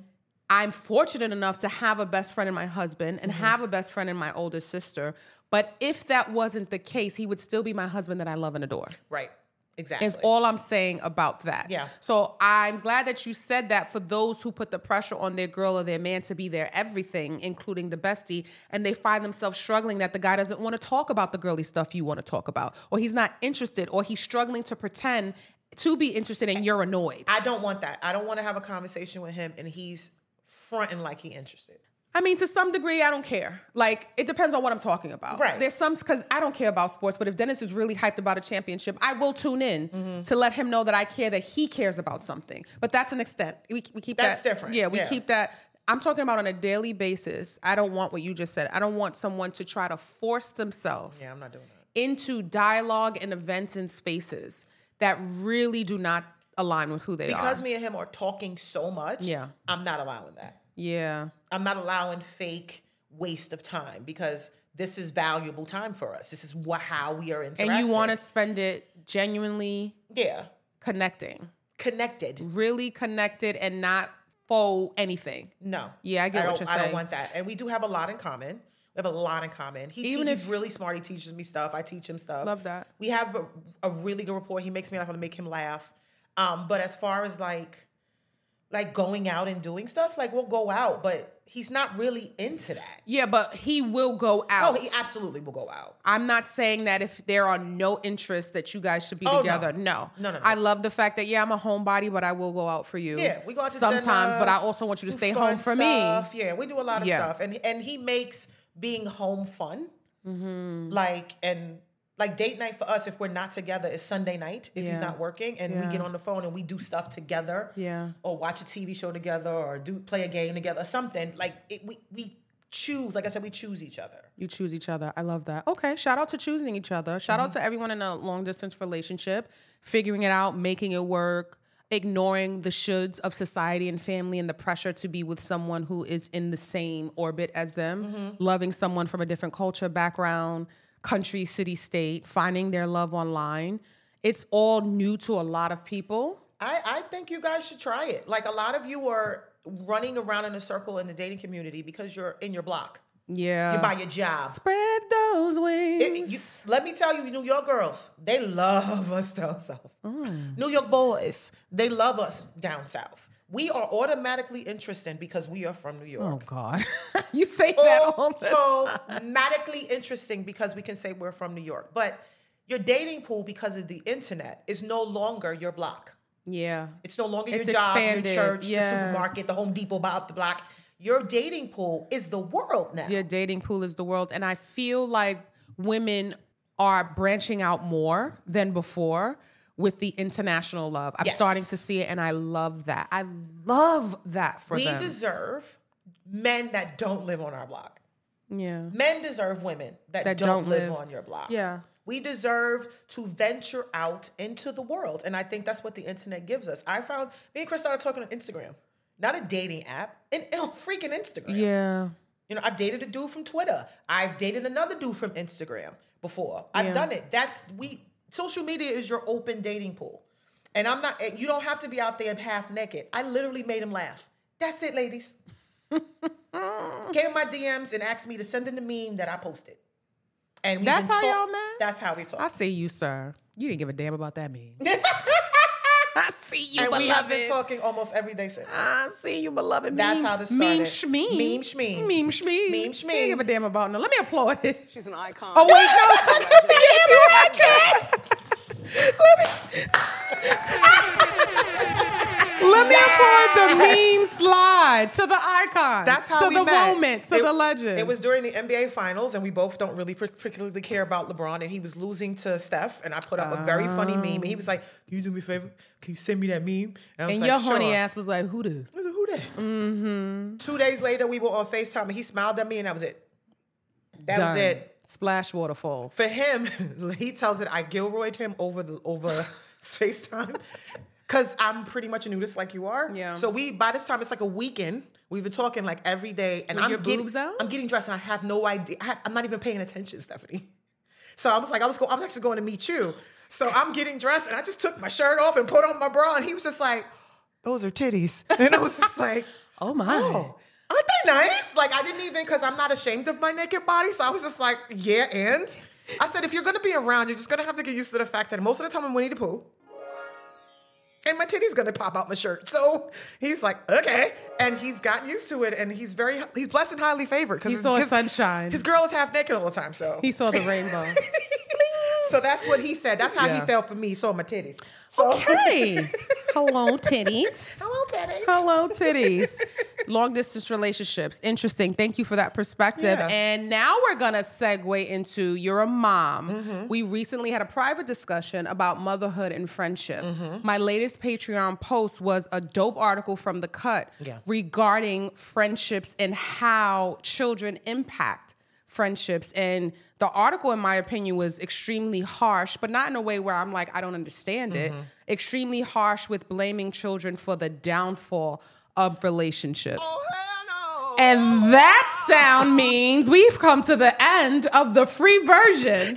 S1: I'm fortunate enough to have a best friend in my husband
S2: Mm-hmm.
S1: and have a best friend in my older sister. But if that wasn't the case, he would still be my husband that I love and adore.
S2: Right. Exactly.
S1: Is all I'm saying about that.
S2: Yeah.
S1: So I'm glad that you said that for those who put the pressure on their girl or their man to be their everything, including the bestie, and they find themselves struggling that the guy doesn't want to talk about the girly stuff you want to talk about, or he's not interested, or he's struggling to pretend to be interested and you're annoyed.
S2: I don't want that. I don't want to have a conversation with him and he's fronting like he interested.
S1: I mean, to some degree, I don't care. Like, it depends on what I'm talking about.
S2: Right.
S1: There's some, because I don't care about sports, but if Dennis is really hyped about a championship, I will tune in
S2: Mm-hmm.
S1: to let him know that I care, that he cares about something. But that's an extent. We, we keep
S2: That's
S1: that.
S2: different.
S1: Yeah, we
S2: Yeah.
S1: keep that. I'm talking about on a daily basis. I don't want what you just said. I don't want someone to try to force themselves
S2: Yeah, I'm not doing that.
S1: into dialogue and events and spaces that really do not align with who they
S2: Because
S1: are.
S2: me and him are talking so much,
S1: Yeah.
S2: I'm not allowing that.
S1: yeah.
S2: I'm not allowing fake waste of time because this is valuable time for us. This is what, how we are interacting.
S1: And you want to spend it genuinely
S2: yeah,
S1: connecting.
S2: connected.
S1: really connected and not faux anything.
S2: No.
S1: Yeah, I get
S2: don't,
S1: what you're
S2: I don't
S1: saying.
S2: want that. And we do have a lot in common. We have a lot in common. He
S1: Even
S2: Even he's
S1: if-
S2: really smart. He teaches me stuff. I teach him stuff.
S1: Love that.
S2: We have a, a really good rapport. He makes me laugh. I make him laugh. Um, but as far as like, like going out and doing stuff, like we'll go out, but he's not really into that.
S1: Yeah, but he will go
S2: Oh,
S1: out.
S2: he absolutely will go out.
S1: I'm not saying that if there are no interests that you guys should be
S2: Oh, no.
S1: together. No.
S2: No, no, no.
S1: I love the fact that yeah, I'm a homebody, but I will go out for you.
S2: Yeah, we go out to
S1: sometimes,
S2: dinner,
S1: but I also want you to
S2: do
S1: stay
S2: fun
S1: home for
S2: stuff.
S1: me.
S2: Yeah, we do a lot of
S1: Yeah.
S2: stuff, and and he makes being home fun.
S1: Mm-hmm.
S2: Like and like date night for us, if we're not together, is Sunday night if he's
S1: Yeah.
S2: not working, and
S1: Yeah.
S2: we get on the phone and we do stuff together.
S1: Yeah.
S2: or watch a TV show together, or do play a game together, or something. Like it, we we choose. Like I said, we choose each other.
S1: You choose each other. I love that. Okay, shout out to choosing each other. Shout
S2: Mm-hmm.
S1: out to everyone in a long distance relationship, figuring it out, making it work, ignoring the shoulds of society and family and the pressure to be with someone who is in the same orbit as them,
S2: Mm-hmm.
S1: loving someone from a different culture, background, country, city, state, finding their love online. It's all new to a lot of people.
S2: I, I think you guys should try it. Like a lot of you are running around in a circle in the dating community because you're in your block,
S1: Yeah.
S2: you're by your job.
S1: Spread those
S2: It-
S1: wings.
S2: you- let me tell you, New York girls, they love us down south.
S1: Mm.
S2: New York boys, they love us down south. We are automatically interesting because we are from New
S1: oh,
S2: York.
S1: God. you say that Oh,
S2: Oh.
S1: all the
S2: automatically interesting because we can say we're from New York. But your dating pool, because of the internet, is no longer your block.
S1: Yeah.
S2: It's no longer
S1: It's
S2: your job,
S1: expanded,
S2: your church,
S1: yes.
S2: the supermarket, the Home Depot by up the block. Your dating pool is the world now.
S1: Your dating pool is the world. And I feel like women are branching out more than before with the international love. I'm
S2: Yes.
S1: starting to see it and I love that. I love that for
S2: we
S1: them.
S2: deserve men that don't live on our block.
S1: yeah.
S2: Men deserve women that,
S1: That
S2: don't,
S1: don't
S2: live,
S1: live.
S2: on your block.
S1: Yeah.
S2: We deserve to venture out into the world. And I think that's what the internet gives us. I found me and Chris started talking on Instagram, not a dating app, and on freaking Instagram.
S1: Yeah.
S2: You know, I've dated a dude from Twitter. I've dated another dude from Instagram before. I've done it. That's we social media is your open dating pool. And I'm not and you don't have to be out there half naked. I literally made him laugh. That's it, ladies. Came in my DMs and asked me to send him the meme that I posted. And we
S1: That's
S2: been
S1: how
S2: talk-
S1: y'all met?
S2: That's how we talk.
S1: I see you, sir. You didn't give a damn about that man. I see you,
S2: and we have been
S1: beloved.
S2: talking almost every day since.
S1: I see you, beloved.
S2: That's
S1: Meme-
S2: how this
S1: Meme
S2: started.
S1: shmeen.
S2: Meme shmeen.
S1: Meme shmeen. You
S2: Meme
S1: didn't give a
S2: shmeen.
S1: damn about no. Let me applaud it.
S6: She's an icon.
S1: Oh wait, no. yes, you are, Chad. Let me. Let me applaud the meme slide to the icon.
S2: That's how
S1: to
S2: we
S1: the
S2: met.
S1: moment, to
S2: It-
S1: the legend.
S2: It was during the NBA Finals, and we both don't really par- particularly care about LeBron, and he was losing to Steph, and I put up a very funny meme, and he was like, "Can you do me a favor? Can you send me that meme?" I was
S1: and
S2: like,
S1: your horny
S2: "Sure."
S1: ass was like, "Who the?"
S2: I was like, Who that? Mm-hmm. Two days later, we were on Facetime, and he smiled at me, and that was it. That was it.
S1: Splash waterfalls.
S2: For him, he tells it I Gilroyed him over the over FaceTime. Cause I'm pretty much a nudist like you are.
S1: Yeah.
S2: So we by this time it's like a weekend. We've been talking like every day, and
S1: With
S2: I'm
S1: your
S2: getting
S1: boobs out?
S2: I'm getting dressed, and I have no idea. I have, I'm not even paying attention, Stephanie. So I was like, I was going. I'm actually going to meet you. So I'm getting dressed, and I just took my shirt off and put on my bra, and he was just like, "Those are titties," and I was just like,
S1: Oh my.
S2: oh, aren't they nice? Like I didn't even because I'm not ashamed of my naked body, so I was just like, yeah, and I said, if you're gonna be around, you're just gonna have to get used to the fact that most of the time I'm Winnie the Pooh. And my titty's gonna pop out my shirt. So he's like, okay. And he's gotten used to it and he's very he's blessed and highly favored. because
S1: He saw sunshine.
S2: His girl is half naked all the time. So
S1: He saw the rainbow.
S2: so that's what he said. That's how
S1: Yeah.
S2: he felt for me, saw my titties. So
S1: Hey, Oh, hello titties.
S2: Hello, titties.
S1: Hello titties. Long distance relationships. Interesting. Thank you for that perspective.
S2: Yeah.
S1: And now we're gonna segue into you're a mom.
S2: Mm-hmm.
S1: We recently had a private discussion about motherhood and friendship.
S2: Mm-hmm.
S1: My latest Patreon post was a dope article from The Cut
S2: Yeah.
S1: regarding friendships and how children impact friendships. And the article, in my opinion, was extremely harsh, but not in a way where I'm like, I don't understand
S2: Mm-hmm.
S1: it. Extremely harsh with blaming children for the downfall of relationships.
S2: Hell no.
S1: And that sound means we've come to the end of the free version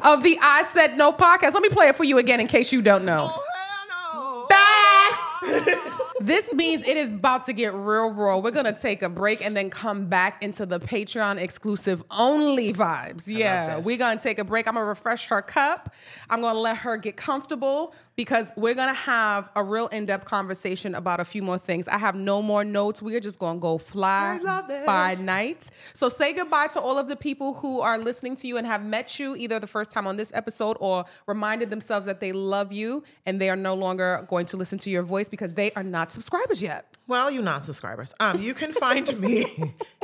S1: of the I Said No podcast. Let me play it for you again in case you don't know.
S2: Hell no.
S1: This means it is about to get real raw. We're gonna take a break and then come back into the Patreon exclusive only vibes. Yeah,
S2: this.
S1: we're gonna take a break. I'm gonna refresh her cup. I'm gonna let her get comfortable because we're gonna have a real in depth conversation about a few more things. I have no more notes. We are just gonna go fly
S2: I love this.
S1: by night. So say goodbye to all of the people who are listening to you and have met you either the first time on this episode or reminded themselves that they love you and they are no longer going to listen to your voice because they are not subscribers yet.
S2: Well, you non-subscribers, um, you can find me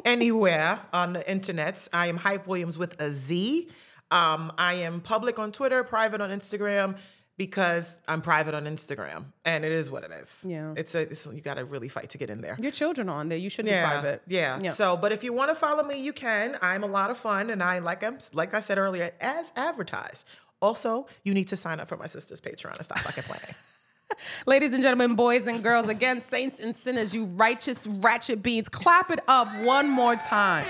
S2: anywhere on the internets. I am Hype Williams with a Z. Um, I am public on Twitter, private on Instagram, because I'm private on Instagram, and it is what it is.
S1: Yeah.
S2: it's a it's, you got to really fight to get in there.
S1: Your children are on there. You should
S2: yeah,
S1: be private.
S2: yeah. So, but if you want to follow me, you can. I'm a lot of fun, and I like I'm like I said earlier, as advertised. Also, you need to sign up for my sister's Patreon and stop fucking playing.
S1: Ladies and gentlemen, boys and girls, again, saints and sinners, you righteous ratchet beans, clap it up one more time.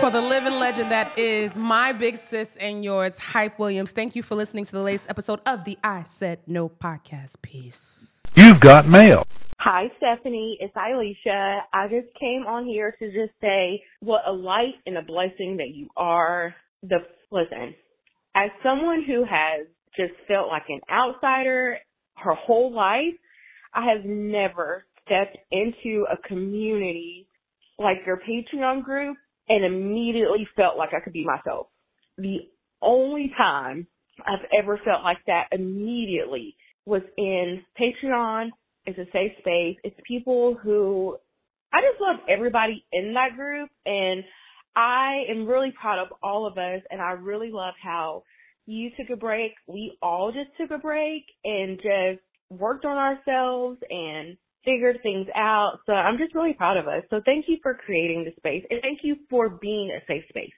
S1: For the living legend that is my big sis and yours, Hype Williams. Thank you for listening to the latest episode of the I Said No podcast. Peace.
S6: You've got mail.
S7: Hi, Stephanie. It's Elisha. I just came on here to just say what a light and a blessing that you are. The listen, as someone who has just felt like an outsider her whole life, I have never stepped into a community like your Patreon group and immediately felt like I could be myself. The only time I've ever felt like that immediately was in Patreon. It's a safe space. It's people who I just love everybody in that group and I am really proud of all of us and I really love how you took a break. We all just took a break and just worked on ourselves and figured things out. So I'm just really proud of us. So thank you for creating the space and thank you for being a safe space.